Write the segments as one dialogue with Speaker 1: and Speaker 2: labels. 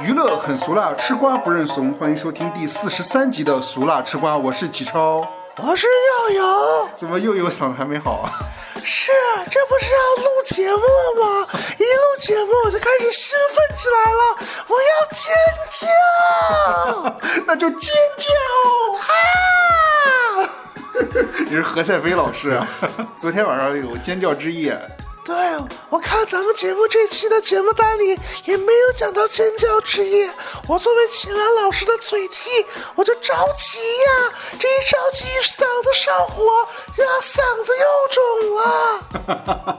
Speaker 1: 娱乐很俗辣，吃瓜不认怂。欢迎收听第四十三集的《俗辣吃瓜》，我是启超。
Speaker 2: 我是耀阳，
Speaker 1: 怎么又有嗓子还没好啊？
Speaker 2: 是这不是要录节目了吗？一录节目我就开始兴奋起来了，我要尖叫！
Speaker 1: 那就尖
Speaker 2: 啊！
Speaker 1: 叫！你是何赛飞老师啊？ 昨天晚上有尖叫之夜，
Speaker 2: 对，我看咱们节目这期的节目单里也没有讲到尖叫之夜。我作为秦岚老师的嘴替，我就着急呀、这一着急嗓子上火呀，嗓子又肿了。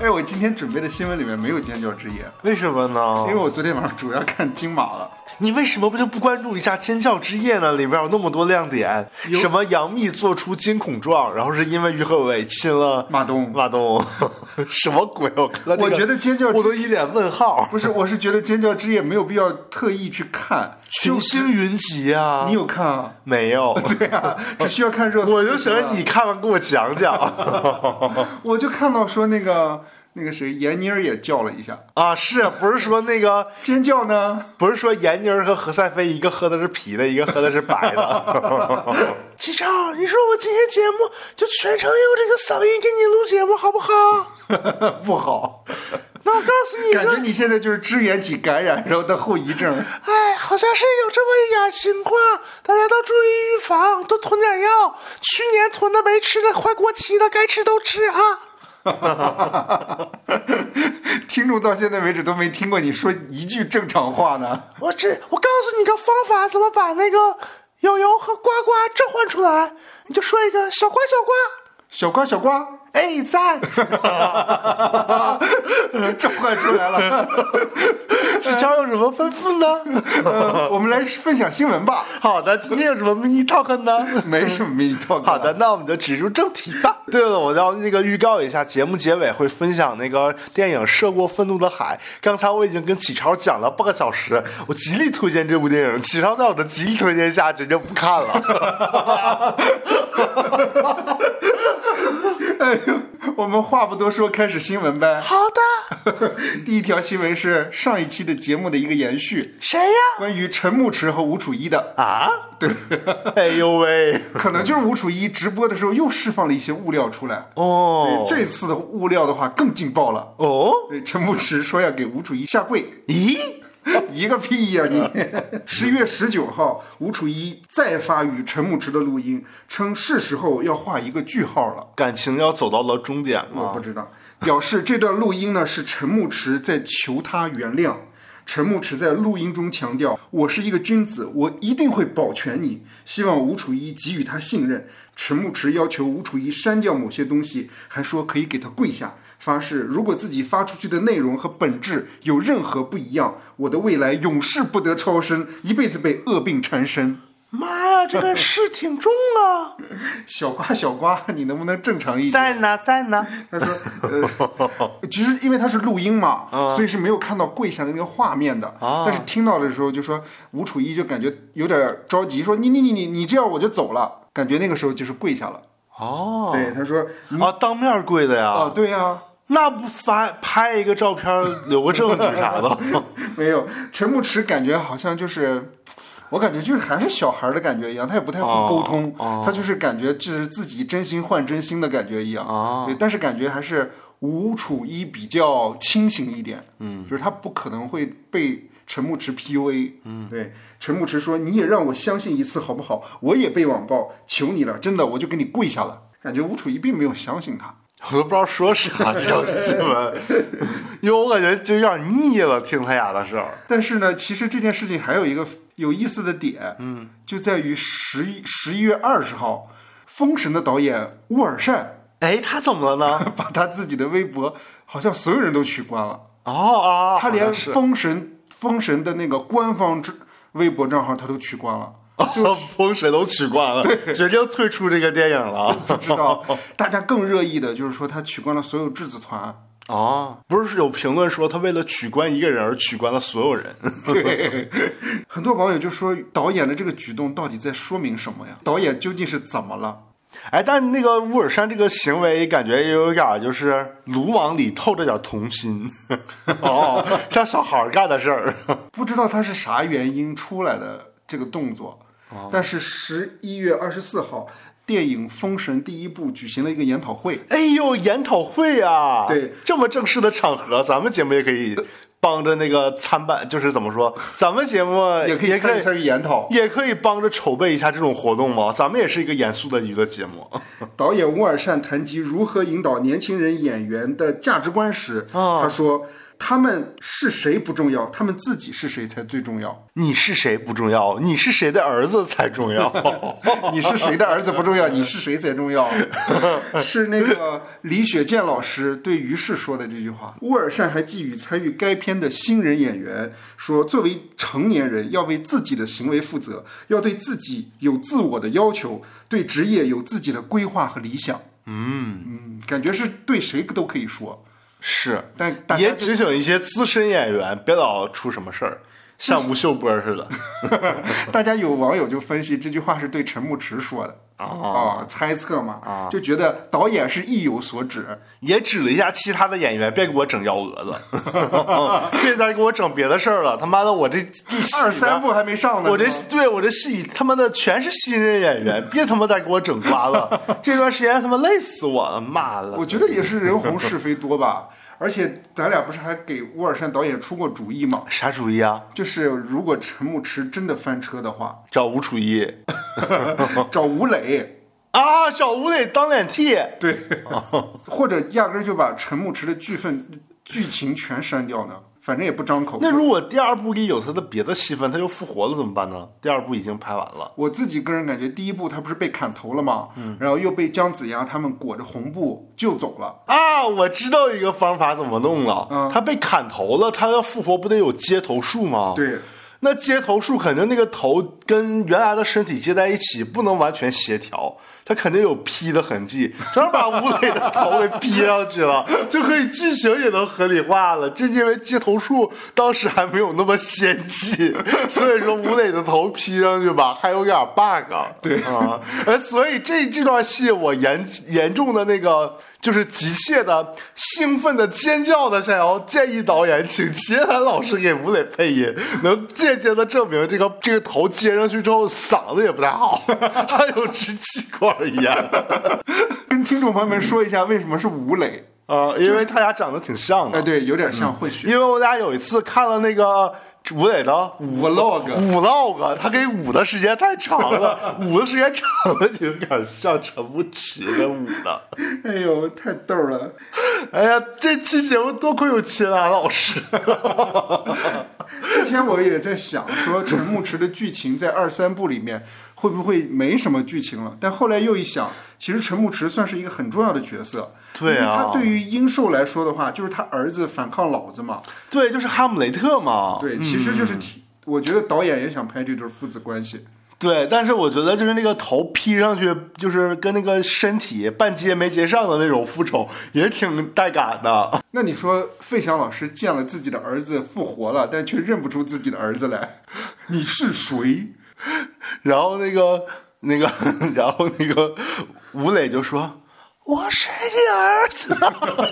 Speaker 1: 哎，我今天准备的新闻里面没有尖叫之夜，
Speaker 2: 为什么呢
Speaker 1: 因为我昨天晚上主要看金马了。
Speaker 2: 你为什么不就不关注一下《尖叫之夜》呢？里边有那么多亮点，什么杨幂做出惊恐状，然后是因为于和伟亲了
Speaker 1: 马东
Speaker 2: 马东，什么鬼？嗯我看到这
Speaker 1: 我
Speaker 2: 个
Speaker 1: 觉得尖叫之
Speaker 2: 我都一脸问号
Speaker 1: 不，是，我是觉得尖叫之夜没有必要特意去看，
Speaker 2: 群星云集啊！
Speaker 1: 你有看 啊？
Speaker 2: 没有？
Speaker 1: 对 啊，只需要看热搜。
Speaker 2: 我就想让你看完给我讲 讲
Speaker 1: 啊我就看到说那个那个谁，闫妮儿也叫了一下，
Speaker 2: 啊！是不是说那个？
Speaker 1: 尖叫呢？
Speaker 2: 不是说闫妮儿和何赛飞一个喝的是啤的，一个喝的是白 的。齐超，你说我今天节目就全程用这个嗓音给你录节目好不好？
Speaker 1: 不好，
Speaker 2: 那我告诉你
Speaker 1: 感觉
Speaker 2: 个，
Speaker 1: 你现在就是支原体感染，然后的后遗症。
Speaker 2: 哎，好像是有这么一点情况，大家都注意预防，多囤点药。去年囤的没吃的，快过期了，该吃都吃啊。
Speaker 1: 听众到现在为止都没听过你说一句正常话呢。
Speaker 2: 我这，我告诉你个方法，怎么把那个友友和呱呱召唤出来？你就说一个小呱小呱，
Speaker 1: 小瓜，小瓜，
Speaker 2: 哎在。
Speaker 1: 召唤出来了。
Speaker 2: 启超有什么吩咐呢？
Speaker 1: 呃我们来分享新闻吧。
Speaker 2: 好的，今天有什么 mini talk 呢？
Speaker 1: 没什么 mini talk。
Speaker 2: 好的，，那我们就直入正题吧。对了，我要那个预告一下，节目结尾会分享那个电影《涉过愤怒的海》。刚才我已经跟启超讲了半个小时，我极力推荐这部电影。启超在我的极力推荐下，决定不看了。
Speaker 1: 哎呦， 我们话不多说，开始新闻呗。
Speaker 2: 好的，
Speaker 1: 第一条新闻是上一期的节目的一个延续，
Speaker 2: 谁呀？
Speaker 1: 关于陈牧驰和吴楚一的。
Speaker 2: 啊， 对，哎呦喂，
Speaker 1: 可能就是吴楚一直播的时候又释放了一些物料出来。
Speaker 2: 哦，
Speaker 1: 这次的物料的话更劲爆了。
Speaker 2: 哦，
Speaker 1: 对，陈牧驰说要给吴楚一下跪，
Speaker 2: 咦，
Speaker 1: 一个屁呀、你！十月十九号，吴楚一再发与陈牧驰的录音，称是时候要画一个句号了。
Speaker 2: 感情要走到了终点
Speaker 1: 我
Speaker 2: 吗？
Speaker 1: 不知道，表示这段录音呢是陈牧驰在求他原谅。陈牧驰在录音中强调：“我是一个君子，我一定会保全你。”希望吴楚一给予他信任。陈牧驰要求吴楚一删掉某些东西，还说可以给他跪下，发誓如果自己发出去的内容和本质有任何不一样，我的未来永世不得超生，一辈子被恶病缠身。
Speaker 2: 妈呀，这个事挺重啊！
Speaker 1: 小瓜，小瓜，你能不能正常一点？
Speaker 2: 在呢，在呢。
Speaker 1: 他说，呃，其实因为他是录音嘛，所以是没有看到跪下的那个画面的。但是听到的时候就说吴楚一就感觉有点着急，说你你你你你这样我就走了，感觉那个时候就是跪下了。
Speaker 2: 哦，
Speaker 1: 对，他说你
Speaker 2: 啊，当面跪的呀，
Speaker 1: 啊，对呀、
Speaker 2: 那不发拍一个照片留个证据啥的？
Speaker 1: 没有陈牧驰感觉好像就是。我感觉就是还是小孩的感觉一样，他也不太会沟通，他就是感觉就是自己真心换真心的感觉一样。对，但是感觉还是吴楚一比较清醒一点，嗯，就是他不可能会被陈牧驰 PUA。嗯，对，陈牧驰说：“你也让我相信一次好不好？我也被网暴，求你了，真的，我就给你跪下了。”感觉吴楚一并没有相信他。
Speaker 2: 我都不知道说啥这条新闻， 因为我感觉就有点腻了，听他俩的事儿。
Speaker 1: 但是呢，其实这件事情还有一个有意思的点，嗯，就在于十一十一月二十号，《封神》的导演沃尔善
Speaker 2: 哎，他怎么了呢？
Speaker 1: 把他自己的微博，好像所有人都取关了，
Speaker 2: 哦哦，
Speaker 1: 他连
Speaker 2: 好
Speaker 1: 《
Speaker 2: 像 是
Speaker 1: 封神》封神的那个官方之微博账号他都取关了。
Speaker 2: 哦风水都取惯了，决定退出这个电影了。
Speaker 1: 不知道，大家更热议的就是说他取关了所有质子团，
Speaker 2: 哦，不是有评论说他为了取关一个人而取关了所有人。
Speaker 1: 对，很多网友就说导演的这个举动到底在说明什么呀？导演究竟是怎么了？
Speaker 2: 哎，但那个乌尔善这个行为，感觉也有点就是鲁莽里透着点童心， 哦，像小孩干的事儿。
Speaker 1: 不知道他是啥原因出来的这个动作，
Speaker 2: 哦
Speaker 1: 但是十一月二十四号，电影《封神》第一部举行了一个研讨会。
Speaker 2: 哎呦，研讨会啊，
Speaker 1: 对，
Speaker 2: 这么正式的场合，咱们节目也可以帮着那个参办，就是怎么说，咱们节目
Speaker 1: 也可以
Speaker 2: 呃也可
Speaker 1: 参
Speaker 2: 以
Speaker 1: 与参与研讨。
Speaker 2: 也可以帮着筹备一下这种活动吗？咱们也是一个严肃的娱乐节目。
Speaker 1: 导演乌尔善谈及如何引导年轻人演员的价值观时，
Speaker 2: 哦
Speaker 1: 他说：“他们是谁不重要，他们自己是谁才最重要。
Speaker 2: 你是谁不重要，你是谁的儿子才重要。
Speaker 1: 你是谁的儿子不重要，你是谁才重要。”是那个李雪健老师对于适说的这句话。乌尔善还寄语参与该片的新人演员说：“作为成年人，要为自己的行为负责，要对自己有自我的要求，对职业有自己的规划和理想。”嗯嗯，感觉是对谁都可以说。
Speaker 2: 是，
Speaker 1: 但大家
Speaker 2: 也
Speaker 1: 就
Speaker 2: 提醒一些资深演员，别老出什么事儿，像吴秀波似的。
Speaker 1: 大家有网友就分析这句话是对陈牧驰说的啊、猜测嘛，就觉得导演是意有所指。
Speaker 2: 也指了一下其他的演员，别给我整幺蛾子， 别再给我整别的事儿了。他妈的，我这这戏里
Speaker 1: 二
Speaker 2: 边
Speaker 1: 三部还没上呢，
Speaker 2: 我这
Speaker 1: 是吗
Speaker 2: 对我这戏他妈的全是新人演员，别他妈再给我整瓜了。这段时间他妈累死我了，妈了！
Speaker 1: 我觉得也是人红是非多吧。而且咱俩不是还给沃尔善导演出过主意吗？
Speaker 2: 啥主意啊？
Speaker 1: 就是如果陈牧驰真的翻车的话，
Speaker 2: 找吴楚一哦
Speaker 1: 找吴磊，
Speaker 2: 啊，找吴磊当脸替。
Speaker 1: 对，
Speaker 2: 哦
Speaker 1: 或者压根儿就把陈牧驰的剧份剧情全删掉呢，反正也不张口。
Speaker 2: 那如果第二部里有他的别的戏份，他又复活了怎么办呢？第二部已经拍完了，
Speaker 1: 我自己个人感觉，第一部他不是被砍头了吗？
Speaker 2: 嗯
Speaker 1: 然后又被姜子牙他们裹着红布救走了。
Speaker 2: 啊，我知道一个方法怎么弄了。他被砍头了，他要复活不得有接头术吗？。
Speaker 1: 对，
Speaker 2: 那接头术肯定那个头跟原来的身体接在一起，不能完全协调，它肯定有劈的痕迹，正好把吴磊的头给劈上去了，就可以剧情也能合理化了。这因为接头术当时还没有那么先进，所以说吴磊的头劈上去吧，还有点 bug。对啊，哎，所以这这段戏我严严重的那个就是急切的、兴奋的、尖叫的，想要建议导演请齐楠老师给吴磊配音，能间接的证明这个这个头接上去之后嗓子也不太好， 还有支气管炎
Speaker 1: 跟听众朋友们说一下，为什么是吴磊？
Speaker 2: 啊，因为他俩长得挺像
Speaker 1: 哎，
Speaker 2: 的。
Speaker 1: 对，有点像混血。
Speaker 2: 因为我俩有一次看了那个吴磊的
Speaker 1: vlog，
Speaker 2: 舞 log，他给舞的时间太长了，舞的时间长了就有点像陈牧驰的舞了。
Speaker 1: 哎呦，太逗了！
Speaker 2: 哎呀，这期节目多亏有秦岚老师。
Speaker 1: 之前我也在想，说陈牧驰的剧情在二三部里面会不会没什么剧情了？但后来又一想，其实陈牧驰算是一个很重要的角色。
Speaker 2: 对啊
Speaker 1: 因为他对于殷寿来说的话，就是他儿子反抗老子嘛。
Speaker 2: 对，就是哈姆雷特嘛。
Speaker 1: 对，其实就是提，我觉得导演也想拍这对父子关系。
Speaker 2: 对，但是我觉得就是那个头披上去，就是跟那个身体半接没接上的那种复仇，也挺带感的。
Speaker 1: 那你说费翔老师见了自己的儿子复活了，但却认不出自己的儿子来，你是谁？
Speaker 2: 然后那个那个， 然后那个吴磊就说。我是你儿子，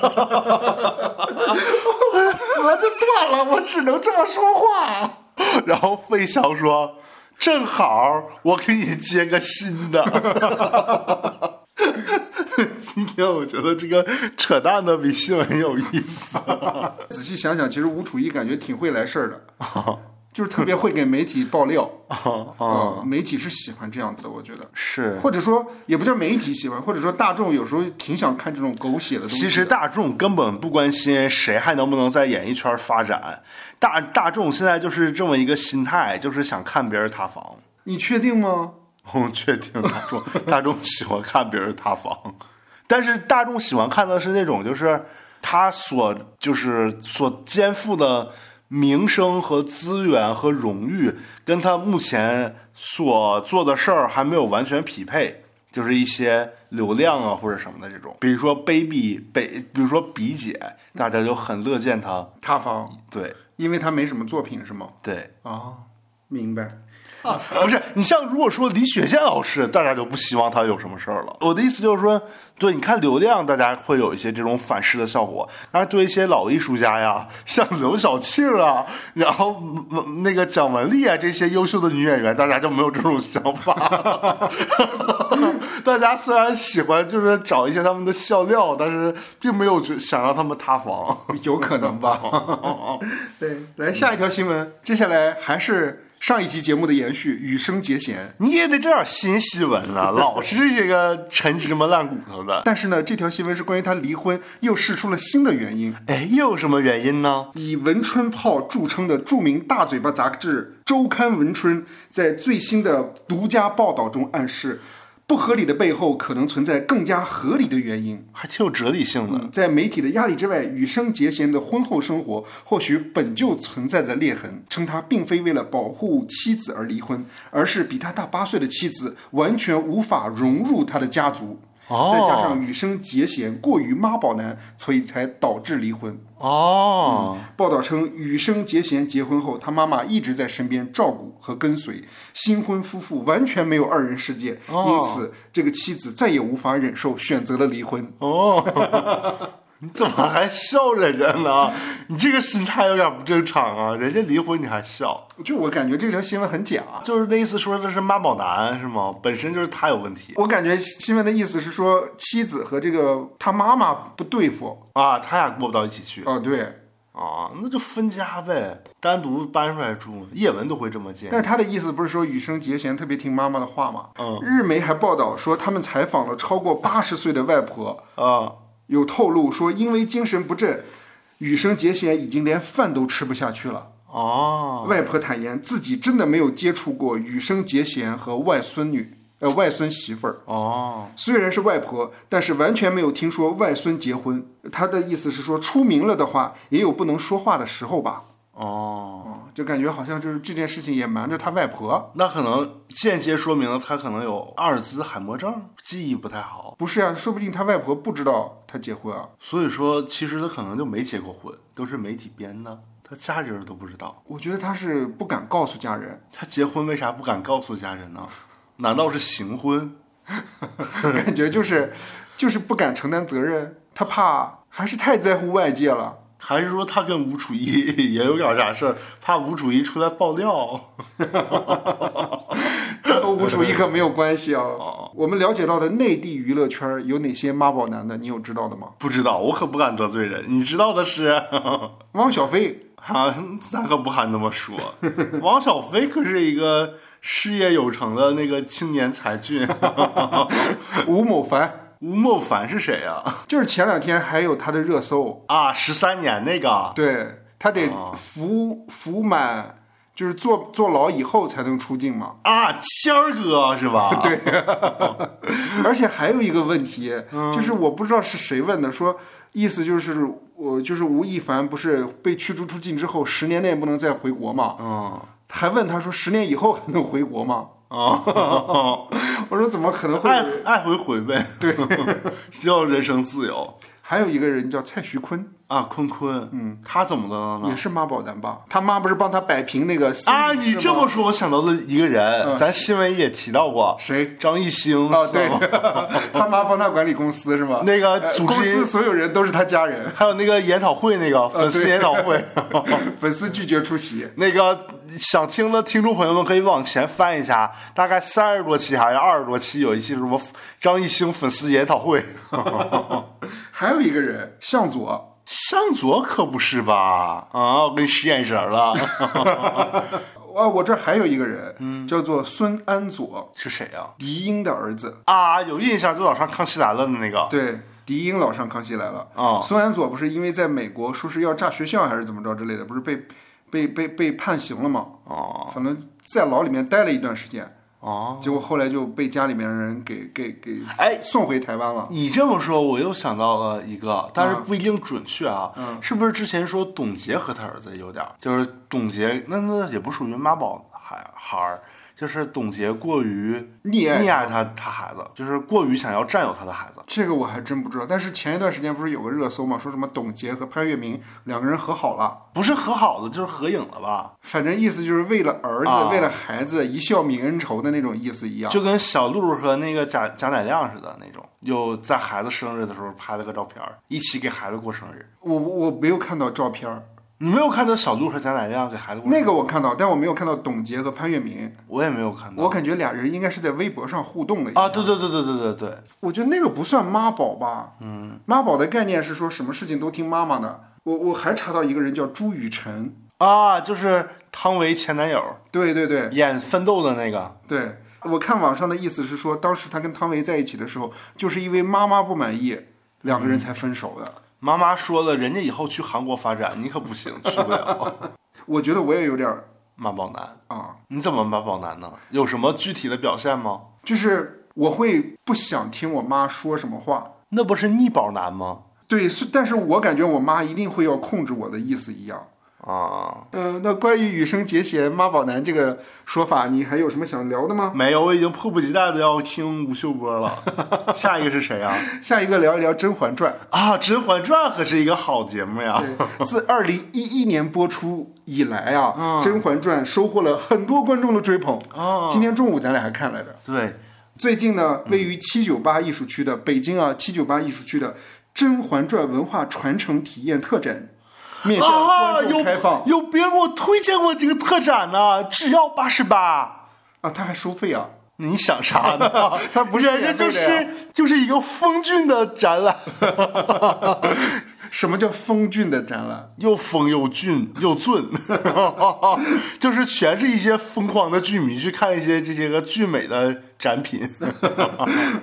Speaker 1: 我就断了，我只能这么说话。
Speaker 2: 然后费翔说：“正好我给你接个新的。” 今天我觉得这个扯淡的比新闻有意思。
Speaker 1: 仔细想想，其实吴楚一感觉挺会来事儿的， 就是特别会给媒体爆料啊、媒体是喜欢这样子的，我觉得。
Speaker 2: 是
Speaker 1: 或者说也不叫媒体喜欢，或者说大众有时候挺想看这种狗血的东西的。
Speaker 2: 其实大众根本不关心谁还能不能在演艺圈发展，大大众现在就是这么一个心态，就是想看别人塌房。
Speaker 1: 你确定吗？
Speaker 2: 我确定大众 大众喜欢看别人塌房，但是大众喜欢看的是那种就是他所就是所肩负的名声和资源和荣誉，跟他目前所做的事儿还没有完全匹配。就是一些流量啊或者什么的这种，比如说 baby 北，比如说比姐，大家就很乐见他。
Speaker 1: 塌房，
Speaker 2: 对
Speaker 1: 因为他没什么作品是吗？
Speaker 2: 对，
Speaker 1: 啊，明白。
Speaker 2: 不是你像如果说李雪健老师，大家就不希望他有什么事儿了。我的意思就是说，对，你看流量，大家会有一些这种反噬的效果。但是对一些老艺术家呀，像刘晓庆啊，然后嗯嗯那个蒋雯丽啊这些优秀的女演员，大家就没有这种想法。 大家虽然喜欢就是找一些他们的笑料，但是并没有觉想让他们塌房。
Speaker 1: 有可能吧。对，来下一条新闻，接下来还是上一集节目的延续，羽生结弦。
Speaker 2: 你也得整点新新闻啊，老是这个陈芝麻烂骨头的。
Speaker 1: 但是呢，这条新闻是关于他离婚，又试出了新的原因。
Speaker 2: 哎，又有什么原因呢？
Speaker 1: 以文春炮著称的著名大嘴巴杂志《周刊文春》在最新的独家报道中暗示，不合理的背后可能存在更加合理的原因。
Speaker 2: 还挺有哲理性的。
Speaker 1: 在媒体的压力之外，羽生结弦的婚后生活或许本就存在着裂痕，称他并非为了保护妻子而离婚，而是比他大八岁的妻子完全无法融入他的家族。
Speaker 2: 哦
Speaker 1: 再加上羽生结弦过于妈宝男，所以才导致离婚。
Speaker 2: 哦，
Speaker 1: 报道称，羽生结弦结婚后，他妈妈一直在身边照顾和跟随，新婚夫妇完全没有二人世界，因此这个妻子再也无法忍受，选择了离婚。
Speaker 2: 哦 你怎么还笑人家呢？你这个心态有点不正常啊！人家离婚你还笑，
Speaker 1: 就我感觉这条新闻很假，啊
Speaker 2: 就是那意思说的是妈宝男是吗？本身就是他有问题
Speaker 1: 我感觉新闻的意思是说，妻子和这个他妈妈不对付。
Speaker 2: 啊，他俩过不到一起去
Speaker 1: 哦，对，
Speaker 2: 啊，那就分家呗，单独搬出来住。叶文都会这么建议
Speaker 1: 但是他的意思不是说羽生结弦特别听妈妈的话吗？日媒还报道说，他们采访了超过八十岁的外婆，
Speaker 2: 啊。
Speaker 1: 有透露说，因为精神不振，羽生结弦已经连饭都吃不下去了。
Speaker 2: 哦，
Speaker 1: 外婆坦言自己真的没有接触过羽生结弦和外孙女，呃，外孙媳妇儿。
Speaker 2: 哦，
Speaker 1: 虽然是外婆，但是完全没有听说外孙结婚。她的意思是说，出名了的话，也有不能说话的时候吧。
Speaker 2: 哦，
Speaker 1: 哦，就感觉好像就是这件事情也瞒着他外婆。
Speaker 2: 那可能间接说明了他可能有阿尔兹海默症，记忆不太好，
Speaker 1: 不是呀、啊说不定他外婆不知道他结婚啊。
Speaker 2: 所以说其实他可能就没结过婚，都是媒体编的，他家里人都不知道。
Speaker 1: 我觉得他是不敢告诉家人，
Speaker 2: 他结婚为啥不敢告诉家人呢？难道是行婚？
Speaker 1: 感觉就是就是不敢承担责任，他怕还是太在乎外界了。
Speaker 2: 还是说他跟吴楚一 也有点啥事儿，怕吴楚一出来爆料？
Speaker 1: 和吴楚一可没有关系啊。我们了解到的内地娱乐圈有哪些妈宝男的，你有知道的吗？
Speaker 2: 不知道，我可不敢得罪人。你知道的是，
Speaker 1: 汪小菲，
Speaker 2: 啊，咱可不敢那么说。王小飞可是一个事业有成的那个青年才俊。
Speaker 1: 吴某凡，
Speaker 2: 吴莫凡是谁啊？
Speaker 1: 就是前两天还有他的热搜，
Speaker 2: 啊，十三年那个啊
Speaker 1: 对他得服服满，就是坐坐牢以后才能出境嘛。
Speaker 2: 啊，谦儿哥是吧？对，
Speaker 1: 而且还有一个问题，
Speaker 2: 嗯
Speaker 1: 就是我不知道是谁问的，说意思就是我就是吴亦凡不是被驱逐出境之后十年内不能再回国嘛？
Speaker 2: 嗯，
Speaker 1: 还问他说十年以后还能回国吗？
Speaker 2: 哦， 哎
Speaker 1: 我说怎么可能会？
Speaker 2: 爱爱回回呗。 对，要人生自由。
Speaker 1: 还有一个人叫蔡徐坤，
Speaker 2: 啊，坤坤，嗯，他怎么了
Speaker 1: 也
Speaker 2: 呢？
Speaker 1: 是妈宝男吧？他妈不是帮他摆平那个 C
Speaker 2: 啊，
Speaker 1: 女
Speaker 2: 你
Speaker 1: 士
Speaker 2: 这
Speaker 1: 吗嗯
Speaker 2: 么说，我想到了一个人，咱新闻也提到过，
Speaker 1: 谁？
Speaker 2: 张艺兴
Speaker 1: 哦，对
Speaker 2: 是吗，
Speaker 1: 他妈帮他管理公司是吗？
Speaker 2: 那个
Speaker 1: 呃
Speaker 2: 组织
Speaker 1: 公司所有人都是他家人，
Speaker 2: 还有那个研讨会，那个粉丝
Speaker 1: 哦对
Speaker 2: 研讨 会，哦
Speaker 1: 粉丝拒绝出席。
Speaker 2: 那个想听的听众朋友们可以往前翻一下，大概三十多期还是二十多期，有一期什么张艺兴粉丝研讨会。
Speaker 1: 还有一个人向佐，
Speaker 2: 向佐可不是吧？啊，我给你使眼神了，
Speaker 1: 啊，我这儿还有一个人，
Speaker 2: 嗯
Speaker 1: 叫做孙安佐，
Speaker 2: 是谁呀、
Speaker 1: 迪英的儿子。
Speaker 2: 啊？有印象，就老上康熙来了的那个。
Speaker 1: 对，迪英老上康熙来了。
Speaker 2: 哦
Speaker 1: 孙安佐不是因为在美国说是要炸学校还是怎么着之类的，不是被被被被判刑了吗？
Speaker 2: 哦
Speaker 1: 反正在牢里面待了一段时间，
Speaker 2: 哦，
Speaker 1: 结果后来就被家里面人给给给
Speaker 2: 哎
Speaker 1: 送回台湾了。
Speaker 2: 你这么说，我又想到了一个，但是不一定准确啊。是不是之前说董洁和他儿子有点儿，就是董洁那那也不属于妈宝，孩孩儿，就是董洁过于
Speaker 1: 溺爱
Speaker 2: 溺爱他他孩子，就是过于想要占有他的孩子。
Speaker 1: 这个我还真不知道。但是前一段时间不是有个热搜嘛，说什么董洁和潘粤明两个人和好了，
Speaker 2: 不是和好的，就是合影了吧？
Speaker 1: 反正意思就是为了儿子、
Speaker 2: 啊
Speaker 1: 为了孩子一笑泯恩仇的那种意思一样。
Speaker 2: 就跟小鹿和那个贾贾乃亮似的那种，有在孩子生日的时候拍了个照片儿，一起给孩子过生日。
Speaker 1: 我我没有看到照片儿，
Speaker 2: 你没有看到小鹿和贾乃亮给孩子过生日
Speaker 1: 那个我看到，但我没有看到董洁和潘粤明。
Speaker 2: 我也没有看到。
Speaker 1: 我感觉俩人应该是在微博上互动的
Speaker 2: 啊，对对对对对对对，
Speaker 1: 我觉得那个不算妈宝吧？嗯，妈宝的概念是说什么事情都听妈妈的。我我还查到一个人叫朱雨辰，
Speaker 2: 啊，就是汤唯前男友
Speaker 1: 对对对
Speaker 2: 演《奋斗》的那个，
Speaker 1: 对，我看网上的意思是说，当时他跟汤唯在一起的时候，就是因为妈妈不满意，两个人才分手的。
Speaker 2: 妈妈说了，人家以后去韩国发展，你可不行，去不 了。
Speaker 1: 我觉得我也有点儿
Speaker 2: 妈宝男，
Speaker 1: 啊，
Speaker 2: 你怎么妈宝男呢？有什么具体的表现吗？
Speaker 1: 就是我会不想听我妈说什么话。
Speaker 2: 那不是逆宝男吗？
Speaker 1: 对，是但是我感觉我妈一定会要控制我的意思一样。
Speaker 2: 啊，
Speaker 1: 嗯、那关于羽生结弦、妈宝男这个说法，你还有什么想聊的吗？
Speaker 2: 没有，我已经迫不及待的要听吴秀波 了。下一个是谁啊？
Speaker 1: 下一个聊一聊《甄嬛传》。
Speaker 2: 啊，《甄嬛传》可是一个好节目呀。
Speaker 1: 自二零一一年播出以来
Speaker 2: 嗯
Speaker 1: 啊，甄嬛传》收获了很多观众的追捧。
Speaker 2: 哦
Speaker 1: 今天中午咱俩还看来着。
Speaker 2: 对，
Speaker 1: 最近呢，位
Speaker 2: 嗯
Speaker 1: 于七九八艺术区的北京啊，七九八艺术区的《甄嬛传》文化传承体验特展，面向
Speaker 2: 啊，
Speaker 1: 观众
Speaker 2: 有
Speaker 1: 开放
Speaker 2: 有别人给我推荐过这个特展呢，只要八十八。
Speaker 1: 啊，他还收费啊。
Speaker 2: 你想啥 呢？
Speaker 1: 它不是
Speaker 2: 人家就
Speaker 1: 免费的
Speaker 2: 是就是一个风俊的展览，
Speaker 1: 什么叫风俊的展览？
Speaker 2: 又风又俊又 俊，就是全是一些疯狂的剧迷去看一些这些个俊美的展 品。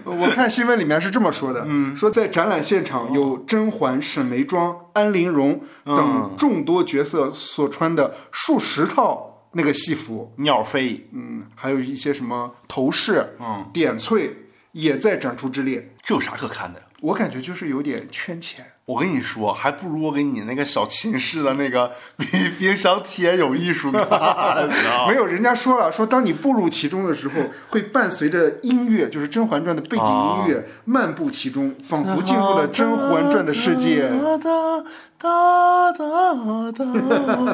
Speaker 1: 我看新闻里面是这么说的，嗯，哦说在展览现场有甄嬛、沈眉庄、安陵容等众多角色所穿的数十套那个戏服，
Speaker 2: 鸟飞
Speaker 1: 嗯，还有一些什么头饰、嗯、点翠也在展出之列。
Speaker 2: 这有啥可看的？
Speaker 1: 我感觉就是有点圈钱。
Speaker 2: 我跟你说，还不如我给你那个小寝室的那个 比冰箱贴有艺术感呢
Speaker 1: 没有，人家说了，说当你步入其中的时候，会伴随着音乐，就是《甄嬛传》的背景音乐，漫步其中，仿佛进入了《甄嬛传》的世界。
Speaker 2: 哒哒哒哒哒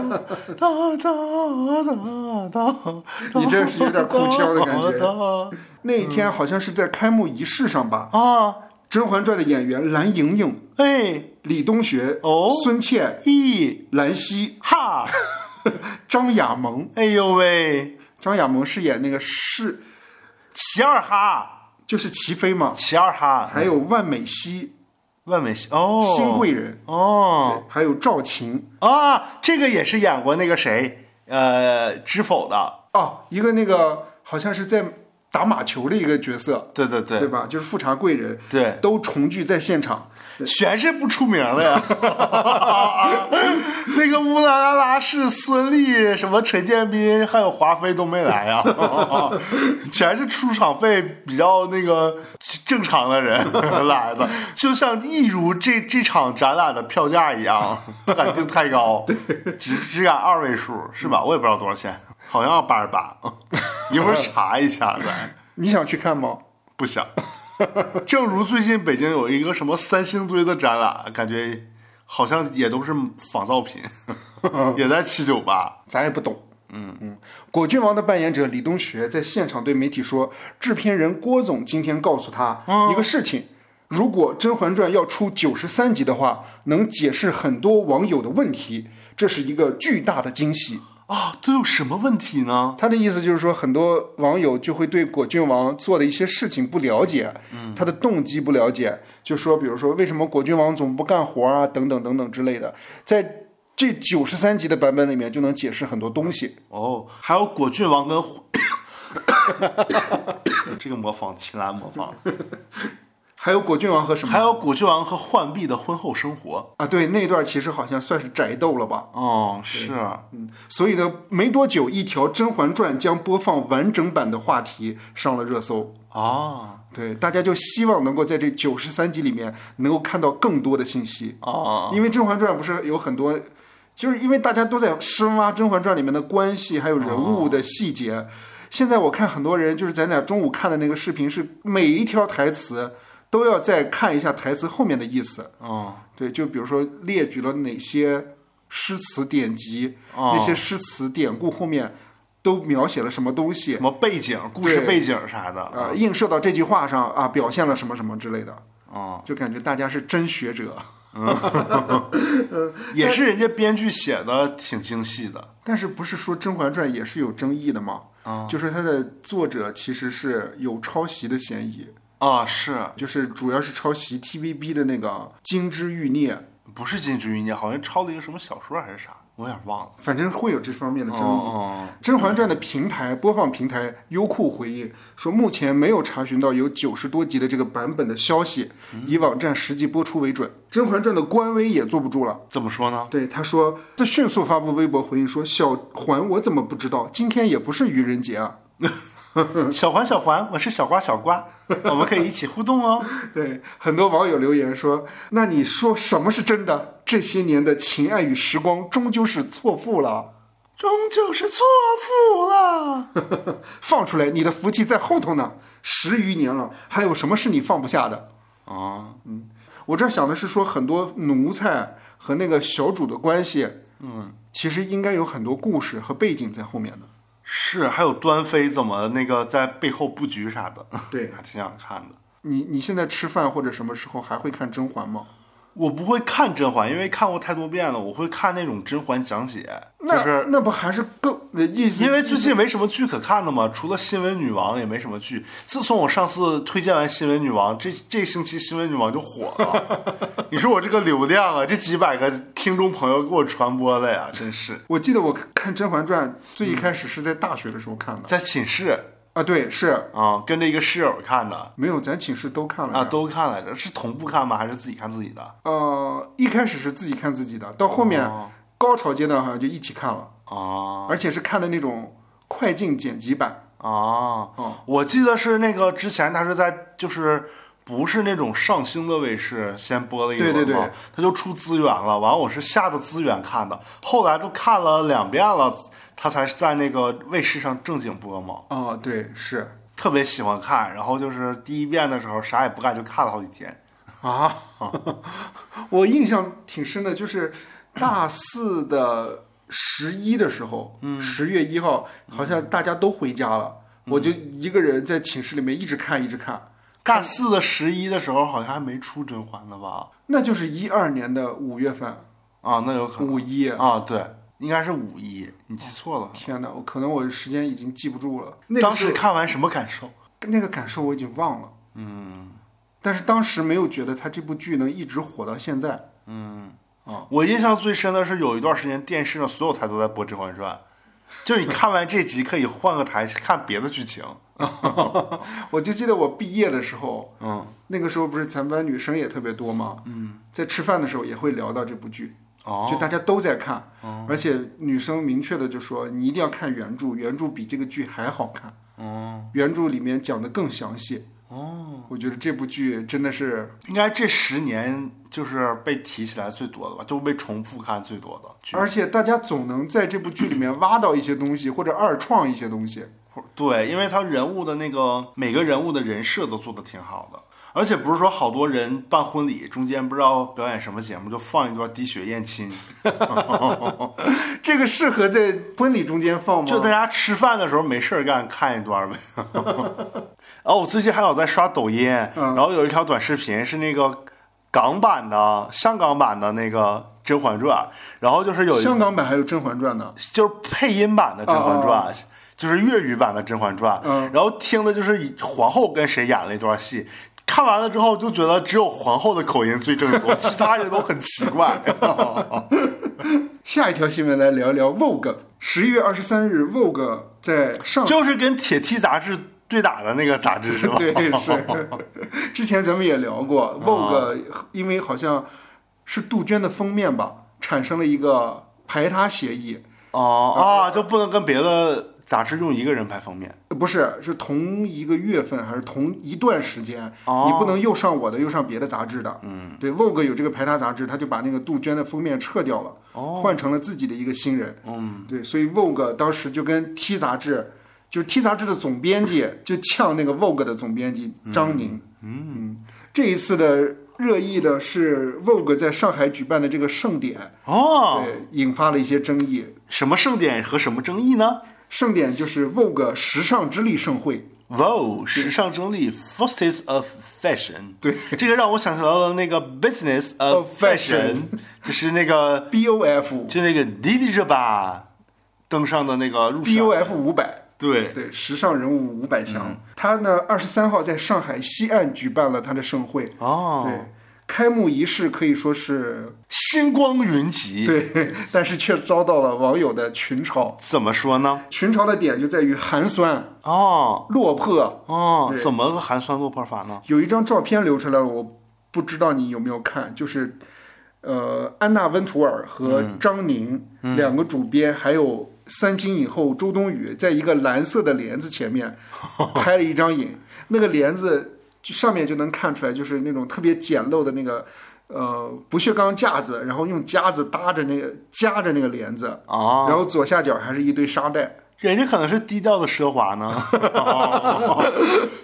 Speaker 2: 哒哒哒哒，
Speaker 1: 你这是有点哭腔的感觉。
Speaker 2: 觉。
Speaker 1: 那一天好像是在开幕仪式上吧，《
Speaker 2: 啊，
Speaker 1: 甄嬛传》的演员蓝盈莹、
Speaker 2: 哎，
Speaker 1: 李东学、
Speaker 2: 哦
Speaker 1: 孙茜、
Speaker 2: 一
Speaker 1: 兰溪、
Speaker 2: 哈，
Speaker 1: 张雅萌。
Speaker 2: 哎呦喂，
Speaker 1: 张雅萌饰演那个是
Speaker 2: 齐二哈，
Speaker 1: 就是齐妃嘛，
Speaker 2: 齐二哈，
Speaker 1: 还有万美熙、
Speaker 2: 万美熙哦，
Speaker 1: 新贵人，啊
Speaker 2: 哦
Speaker 1: 还有赵琴
Speaker 2: 啊，这个也是演过那个谁，呃，知否的，
Speaker 1: 哦，一个那个好像是在打马球的一个角色，
Speaker 2: 对对对
Speaker 1: 对吧？就是富察贵人，
Speaker 2: 对
Speaker 1: 都重聚在现场。
Speaker 2: 全是不出名的呀。 那个乌拉拉拉是孙俪、什么陈建斌，还有华妃都没来呀， 全是出场费比较那个正常的人 来的，就像一如这这场展览的票价一样，不敢定太高，只只敢二位数是吧？我也不知道多少钱，好像八十八， 一会儿查一下来。
Speaker 1: 你想去看吗？
Speaker 2: 不想。 正如最近北京有一个什么三星堆的展览，感觉好像也都是仿造品，也在七九八。
Speaker 1: 咱也不懂。嗯嗯，果郡王的扮演者李东学在现场对媒体说，制片人郭总今天告诉他一个事情：如果《甄嬛传》要出九十三集的话，能解释很多网友的问题，这是一个巨大的惊喜。
Speaker 2: 啊，都有什么问题呢？
Speaker 1: 他的意思就是说，很多网友就会对果郡王做的一些事情不了解，他的动机不了解，就说比如说为什么果郡王总不干活啊，等等等等之类的，在这九十三集的版本里面就能解释很多东西。
Speaker 2: 哦，还有果郡王跟 虎这个模仿，秦岚模仿，
Speaker 1: 还有果郡王和什么
Speaker 2: 还有果郡王和浣碧的婚后生活。
Speaker 1: 啊？对，那段其实好像算是宅斗了吧？嗯
Speaker 2: 哦，是啊
Speaker 1: 所以呢，没多久，一条《甄嬛传》将播放完整版的话题上了热搜。
Speaker 2: 啊
Speaker 1: 对，大家就希望能够在这九十三集里面能够看到更多的信息。
Speaker 2: 啊
Speaker 1: 因为《甄嬛传》不是有很多就是因为大家都在深挖《甄嬛传》里面的关系，还有人物的细节。现在我看很多人就是咱俩中午看的那个视频，是每一条台词都要再看一下台词后面的意思。
Speaker 2: 哦
Speaker 1: 对，就比如说列举了哪些诗词典籍，
Speaker 2: 哦
Speaker 1: 那些诗词典故后面都描写了什么东西
Speaker 2: 什，么背景、故事
Speaker 1: 对
Speaker 2: 背景啥的
Speaker 1: 啊、映射到这句话上啊，表现了什么什么之类的，
Speaker 2: 啊，
Speaker 1: 就感觉大家是真学者。
Speaker 2: 也是人家编剧写的挺精细的。
Speaker 1: 但是不是说《甄嬛传》也是有争议的吗？
Speaker 2: 啊
Speaker 1: 就是它的作者其实是有抄袭的嫌疑，
Speaker 2: 啊，是
Speaker 1: 就是主要是抄袭 TVB 的那个《金枝欲孽》，
Speaker 2: 不是《金枝欲孽》？好像抄了一个什么小说还是啥，我有点忘了。
Speaker 1: 反正会有这方面的争议。
Speaker 2: 哦
Speaker 1: 《甄嬛传》的平台播放平台优酷回应说，目前没有查询到有九十多集的这个版本的消息，以网站实际播出为准。《甄嬛传》的官微也坐不住了，
Speaker 2: 怎么说呢？
Speaker 1: 对他说，他迅速发布微博回应说：“小环，我怎么不知道？今天也不是愚人节啊。”
Speaker 2: 小环，小环，我是小瓜，小 瓜，我们可以一起互动哦。
Speaker 1: 对，很多网友留言说：“那你说什么是真的？这些年的情爱与时光，终究是错付了。
Speaker 2: 终究是错付了。
Speaker 1: 放出来，你的福气在后头呢。十余年了，还有什么是你放不下的？嗯
Speaker 2: 啊，
Speaker 1: 我这想的是说，很多奴才和那个小主的关系，
Speaker 2: 嗯，
Speaker 1: 其实应该有很多故事和背景在后面的。
Speaker 2: 是，还有端妃怎么那个在背后布局啥的，
Speaker 1: 对
Speaker 2: 还挺想看的。
Speaker 1: 你，你现在吃饭或者什么时候还会看甄嬛吗？
Speaker 2: 我不会看甄嬛，因为看过太多遍了。我会看那种甄嬛讲解，就
Speaker 1: 那、
Speaker 2: 是
Speaker 1: 那不还是更呃意思？
Speaker 2: 因为最近没什么剧可看的嘛，除了《新闻女王》也没什么剧。自从我上次推荐完《新闻女王》，这这星期《新闻女王》就火了。你说我这个流量啊，这几百个听众朋友给我传播的呀，真是
Speaker 1: 我记得我看《甄嬛传》最一
Speaker 2: 嗯
Speaker 1: 开始是在大学的时候看的、
Speaker 2: 在寝室
Speaker 1: 啊，对，是
Speaker 2: 啊，跟着一个室友看的。
Speaker 1: 没有，咱寝室都看了
Speaker 2: 啊，
Speaker 1: 呀
Speaker 2: 都看来着，是同步看吗？还是自己看自己的？
Speaker 1: 呃，一开始是自己看自己的，到后面
Speaker 2: 哦
Speaker 1: 高潮阶段好像就一起看了，
Speaker 2: 啊
Speaker 1: 而且是看的那种快进剪辑版。
Speaker 2: 啊
Speaker 1: 哦！
Speaker 2: 我记得是那个之前他是在就是不是那种上星的卫视先播了一轮嘛，
Speaker 1: 对对对
Speaker 2: 他就出资源了。完，我是下的资源看的，后来都看了两遍了，他才在那个卫视上正经播嘛。
Speaker 1: 哦，对，是
Speaker 2: 特别喜欢看，然后就是第一遍的时候啥也不干，就看了好几天。
Speaker 1: 啊， 我印象挺深的，就是大四的十一的时候，
Speaker 2: 嗯
Speaker 1: 十、月一号，好像大家都回家了，我就一个人在寝室里面一直看，一直看。
Speaker 2: 大四的十一的时候好像还没出《甄嬛》呢吧？
Speaker 1: 那就是一二年的五月份，
Speaker 2: 啊，那有可能
Speaker 1: 五一。
Speaker 2: 啊，对，应该是五一，你记错了。
Speaker 1: 天哪，我可能我时间已经记不住了。那
Speaker 2: 当
Speaker 1: 个
Speaker 2: 时看完什么感受？
Speaker 1: 那个感受我已经忘了，
Speaker 2: 嗯，
Speaker 1: 但是当时没有觉得他这部剧能一直火到现在。
Speaker 2: 我印象最深的是有一段时间电视上所有台都在播《甄嬛传》，就你看完这集可以换个台看别的剧情。
Speaker 1: 我就记得我毕业的时候，
Speaker 2: 嗯，
Speaker 1: 那个时候不是咱们班女生也特别多吗？嗯，在吃饭的时候也会聊到这部剧，就
Speaker 2: 哦，
Speaker 1: 大家都在看，而且女生明确的就说你一定要看原著，原著比这个剧还好看，
Speaker 2: 嗯，
Speaker 1: 原著里面讲的更详细。
Speaker 2: 哦，
Speaker 1: 我觉得这部剧真的是
Speaker 2: 应该这十年就是被提起来最多的吧，就被重复看最多的剧。
Speaker 1: 而且大家总能在这部剧里面挖到一些东西，或者二创一些东西。
Speaker 2: 对，因为他人物的那个每个人物的人设都做的挺好的，而且不是说好多人办婚礼中间不知道表演什么节目就放一段滴血验亲，
Speaker 1: 这个适合在婚礼中间放吗？
Speaker 2: 就大家吃饭的时候没事儿干看一 段呗。然后我最近还有在刷抖音，
Speaker 1: 嗯
Speaker 2: 然后有一条短视频是那个港版的、香港版的那个《甄嬛传》，然后就是有一
Speaker 1: 香港版还有《甄嬛传》呢。
Speaker 2: 就是配音版的《甄嬛传》
Speaker 1: 哦
Speaker 2: 就是粤语版的《甄嬛传》
Speaker 1: 嗯
Speaker 2: 然后听的就是皇后跟谁演了一段戏。看完了之后就觉得只有皇后的口音最正宗，其他人都很奇 怪。
Speaker 1: 下一条新闻来聊一聊 Vogue。十一月二十三日，Vogue 在上
Speaker 2: 就是跟《铁 T》杂志对打的那个杂志是吧？ 啊
Speaker 1: 对是，之前咱们也聊过 Vogue，因为好像是杜鹃的封面吧，产生了一个排他协议。
Speaker 2: 哦
Speaker 1: 呃
Speaker 2: 哦啊，就不能跟别的杂志用一个人拍封面，
Speaker 1: 不是，是同一个月份还是同一段时间？
Speaker 2: 哦
Speaker 1: 你不能又上我的，又上别的杂志的。嗯，对，Vogue 有这个排他杂志，他就把那个杜鹃的封面撤掉了，换成了自己的一个新人。哦嗯，对，所以 Vogue 当时就跟 T 杂志，就是 T 杂志的总编辑就呛那个 Vogue 的总编辑张宁。嗯这一次的热议的是 Vogue 在上海举办的这个盛典，
Speaker 2: 哦，
Speaker 1: 对，引发了一些争议。
Speaker 2: 什么盛典和什么争议呢
Speaker 1: 盛典就是 Vogue 时尚之力盛会。
Speaker 2: ？Vogue 时尚争利 Forces of Fashion，
Speaker 1: 对，
Speaker 2: 这个让我想到了那个 Business of
Speaker 1: Of fashion
Speaker 2: Fashion，就是那个
Speaker 1: B O F
Speaker 2: 就那个 d i d i j 吧登上的那个入
Speaker 1: B
Speaker 2: 选
Speaker 1: O F 五百，
Speaker 2: 对，
Speaker 1: 对，时尚人物五百强。他呢，二十三号在上海西岸举办了他的盛会。
Speaker 2: 哦，
Speaker 1: 对，开幕仪式可以说是
Speaker 2: 星光云集，，
Speaker 1: 对， 但是却遭到了网友的群嘲。
Speaker 2: 怎么说呢？
Speaker 1: 群嘲的点就在于寒酸、
Speaker 2: 哦
Speaker 1: 落魄。
Speaker 2: 哦，
Speaker 1: 对
Speaker 2: 怎么个寒酸落魄法呢？
Speaker 1: 有一张照片流出来了，我不知道你有没有看，就是，呃，安娜温图尔和张宁、两个主编，还有三金影后周冬雨，在一个蓝色的帘子前面拍了一张影，那个帘子就上面就能看出来，就是那种特别简陋的那个。呃，不锈钢架子，然后用夹子搭着那个夹着那个帘子，
Speaker 2: 哦，
Speaker 1: 然后左下角还是一堆沙袋，
Speaker 2: 人家可能是低调的奢华呢，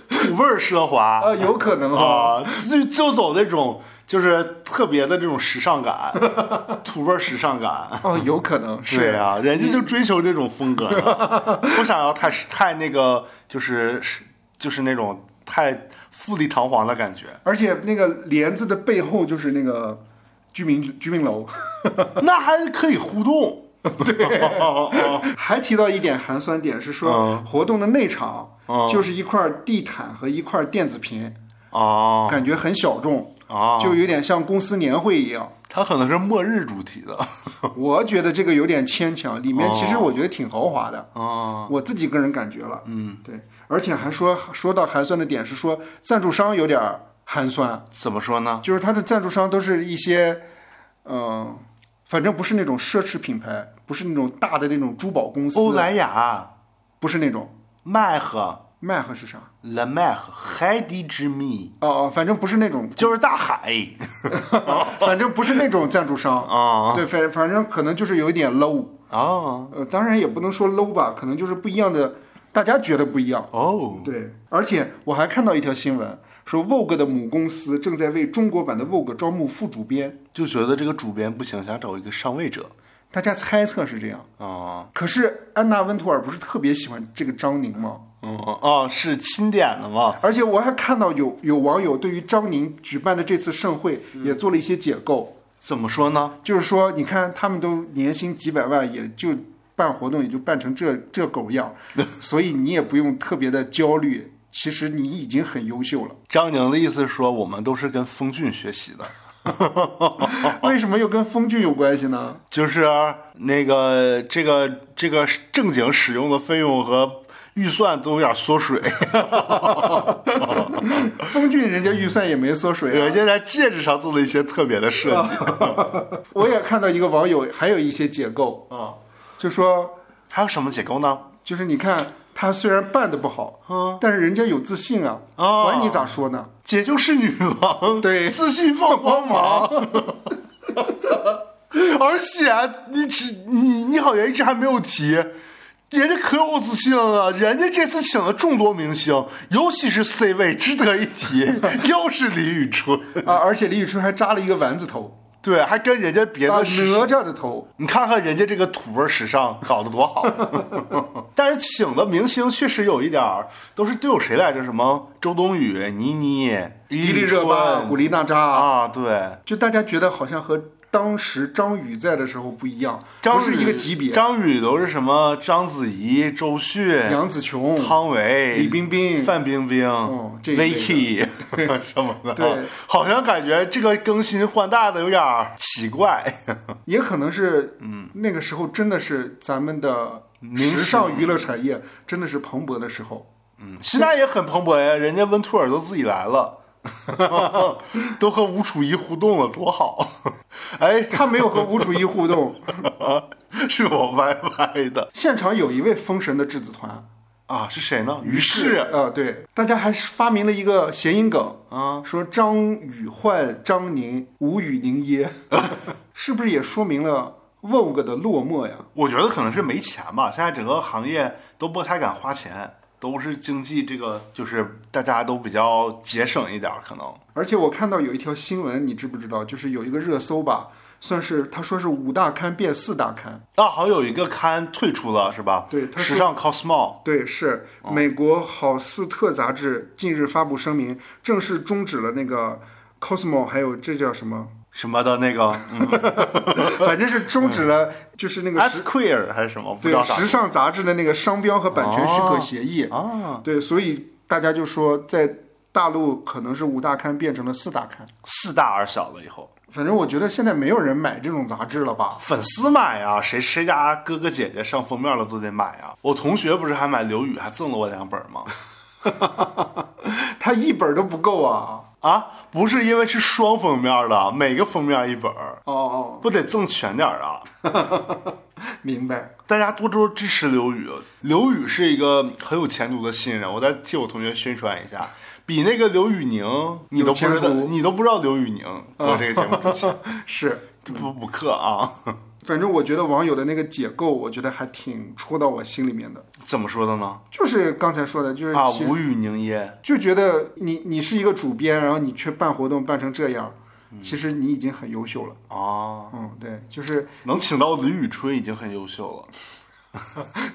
Speaker 2: 土味儿奢华
Speaker 1: 啊、有可能哈、
Speaker 2: 啊，就就走那种就是特别的这种时尚感，土味儿时尚感。
Speaker 1: 哦，有可能是
Speaker 2: 对啊，人家就追求这种风格的，不想要太太那个，就是就是那种太富丽堂皇的感觉。
Speaker 1: 而且那个帘子的背后就是那个居民居民楼。
Speaker 2: 那还可以互动。对，
Speaker 1: 还提到一点寒酸点是说，活动的内场就是一块地毯和一块电子屏，
Speaker 2: 哦
Speaker 1: 感觉很小众，
Speaker 2: 哦，
Speaker 1: 就有点像公司年会一样。
Speaker 2: 它可能是末日主题的。
Speaker 1: 我觉得这个有点牵强，里面其实我觉得挺豪华的，
Speaker 2: 哦，
Speaker 1: 我自己个人感觉了。嗯，对，而且还说说到寒酸的点是说，赞助商有点寒酸，
Speaker 2: 怎么说呢？
Speaker 1: 就是他的赞助商都是一些，嗯、反正不是那种奢侈品牌，不是那种大的那种珠宝公司，
Speaker 2: 欧莱雅、
Speaker 1: 不是那种
Speaker 2: 麦和、
Speaker 1: 麦和是啥？
Speaker 2: La Mer、海底之谜，
Speaker 1: 哦哦，反正不是那 种，
Speaker 2: 就是大海。
Speaker 1: 反正不是那种赞助商，
Speaker 2: 啊
Speaker 1: 对，反反正可能就是有一点 low，
Speaker 2: 哦
Speaker 1: 呃，当然也不能说 low 吧，可能就是不一样的，大家觉得不一样。
Speaker 2: 哦，
Speaker 1: 对，而且我还看到一条新闻，说 Vogue 的母公司正在为中国版的 Vogue 招募副主编，
Speaker 2: 就觉得这个主编不行，想找一个上位者。
Speaker 1: 大家猜测是这样。
Speaker 2: 哦
Speaker 1: 可是安娜温图尔不是特别喜欢这个张宁吗？
Speaker 2: 嗯哦，是钦点的嘛？
Speaker 1: 而且我还看到有有网友对于张宁举办的这次盛会也做了一些解构，
Speaker 2: 怎么说呢？
Speaker 1: 就是说，你看他们都年薪几百万，也就办活动也就办成这这狗样，所以你也不用特别的焦虑，其实你已经很优秀了。
Speaker 2: 张宁的意思是说，我们都是跟风俊学习的。
Speaker 1: 为什么又跟风俊有关系 呢？
Speaker 2: 就是那个这个这个正经使用的费用和预算都有点缩水，
Speaker 1: 风俊人家预算也没缩水、
Speaker 2: 人
Speaker 1: 啊。
Speaker 2: 家在戒指上做了一些特别的设计。
Speaker 1: 我也看到一个网友还有一些解构，
Speaker 2: 啊，
Speaker 1: 就说
Speaker 2: 还有什么解构呢？
Speaker 1: 就是你看他虽然办的不好，但是人家有自信啊，
Speaker 2: 哦
Speaker 1: 管你咋说呢？
Speaker 2: 姐就是女王，
Speaker 1: 对
Speaker 2: 自信放光芒。 而且啊你只你你好像一直还没有提，人家可有自信了，人家这次请了众多明星，尤其是 C 位，值得一提， 又是李宇春，
Speaker 1: 啊，而且李宇春还扎了一个丸子头，
Speaker 2: 对，还跟人家别
Speaker 1: 啊，
Speaker 2: 的
Speaker 1: 哪
Speaker 2: 时尚
Speaker 1: 吒的头。
Speaker 2: 你看看人家这个土味儿时尚搞得多好， 但是请的明星确实有一点儿，都是都有谁来着？什么周冬雨、倪妮、
Speaker 1: 迪
Speaker 2: 迪
Speaker 1: 丽热巴、古力娜扎
Speaker 2: 啊，对，
Speaker 1: 就大家觉得好像和当时张宇在的时候不一样，
Speaker 2: 张
Speaker 1: 不是
Speaker 2: 宇
Speaker 1: 一个级别。
Speaker 2: 张宇都是什么？章子怡、周迅、
Speaker 1: 杨紫琼、
Speaker 2: 汤唯、
Speaker 1: 嗯李冰冰
Speaker 2: 范冰冰、
Speaker 1: 哦这一类的
Speaker 2: Vicky 什么的，
Speaker 1: 对，
Speaker 2: 好像感觉这个更新换代的有点儿奇怪。
Speaker 1: 也可能是，嗯，那个时候真的是咱们的时尚娱乐产 业真的是蓬勃的时候。
Speaker 2: 现在也很蓬勃呀，人家温图尔都自己来了。都和吴楚一互动了，多好！
Speaker 1: 哎，他没有和吴楚一互动，
Speaker 2: 是我歪歪的
Speaker 1: 现场有一位封神的质子团，
Speaker 2: 啊！是谁呢？于是
Speaker 1: 呃，对，大家还是发明了一个谐音梗啊，说张宇换张宁，无语宁噎，是不是也说明了 Vogue 的落寞呀？
Speaker 2: 我觉得可能是没钱吧，现在整个行业都不太敢花钱，都是经济这个就是大家都比较节省一点儿，可能
Speaker 1: 而且我看到有一条新闻，你知不知道？就是有一个热搜吧，算是他说是五大刊变四大刊，
Speaker 2: 啊，好像有一个刊退出了是吧？
Speaker 1: 对他说
Speaker 2: 时尚 cosmo
Speaker 1: 对，是美国好斯特杂志近日发布声明，正式终止了那个 Cosmo，还有这叫什么？
Speaker 2: 什么的那个，嗯
Speaker 1: 反正是终止了，就是 那个时
Speaker 2: ，S queer 还是什么，不知
Speaker 1: 对
Speaker 2: 道啥
Speaker 1: 时尚杂志的那个商标和版权许可协议。
Speaker 2: 啊，
Speaker 1: 对，所以大家就说在大陆可能是五大刊变成了四大刊。
Speaker 2: 四大而小了以后，
Speaker 1: 反正我觉得现在没有人买这种杂志了吧？
Speaker 2: 粉丝买啊，谁谁家哥哥姐姐上封面了都得买啊。我同学不是还买刘宇，还赠了我两本 吗？
Speaker 1: 它一本都不够啊！
Speaker 2: 啊，不是因为是双封面的，每个封面一本儿，
Speaker 1: 哦哦，
Speaker 2: 不得赠全点儿啊！
Speaker 1: 明白。
Speaker 2: 大家多多支持刘宇，刘宇是一个很有前途的新人，我再替我同学宣传一下，比那个刘宇宁你都不知
Speaker 1: 有前
Speaker 2: 道，
Speaker 1: 途
Speaker 2: 你都不知道刘宇宁做这个节目之 前，
Speaker 1: 是，
Speaker 2: 这不补课啊？
Speaker 1: 反正我觉得网友的那个解构，我觉得还挺戳到我心里面的。
Speaker 2: 怎么说的呢？
Speaker 1: 就是刚才说的，就是
Speaker 2: 啊，
Speaker 1: 其
Speaker 2: 无语凝噎，
Speaker 1: 就觉得你你是一个主编，然后你却办活动办成这样，其实你已经很优秀了。
Speaker 2: 啊，
Speaker 1: 嗯，对，就是
Speaker 2: 能请到李宇春已经很优秀了。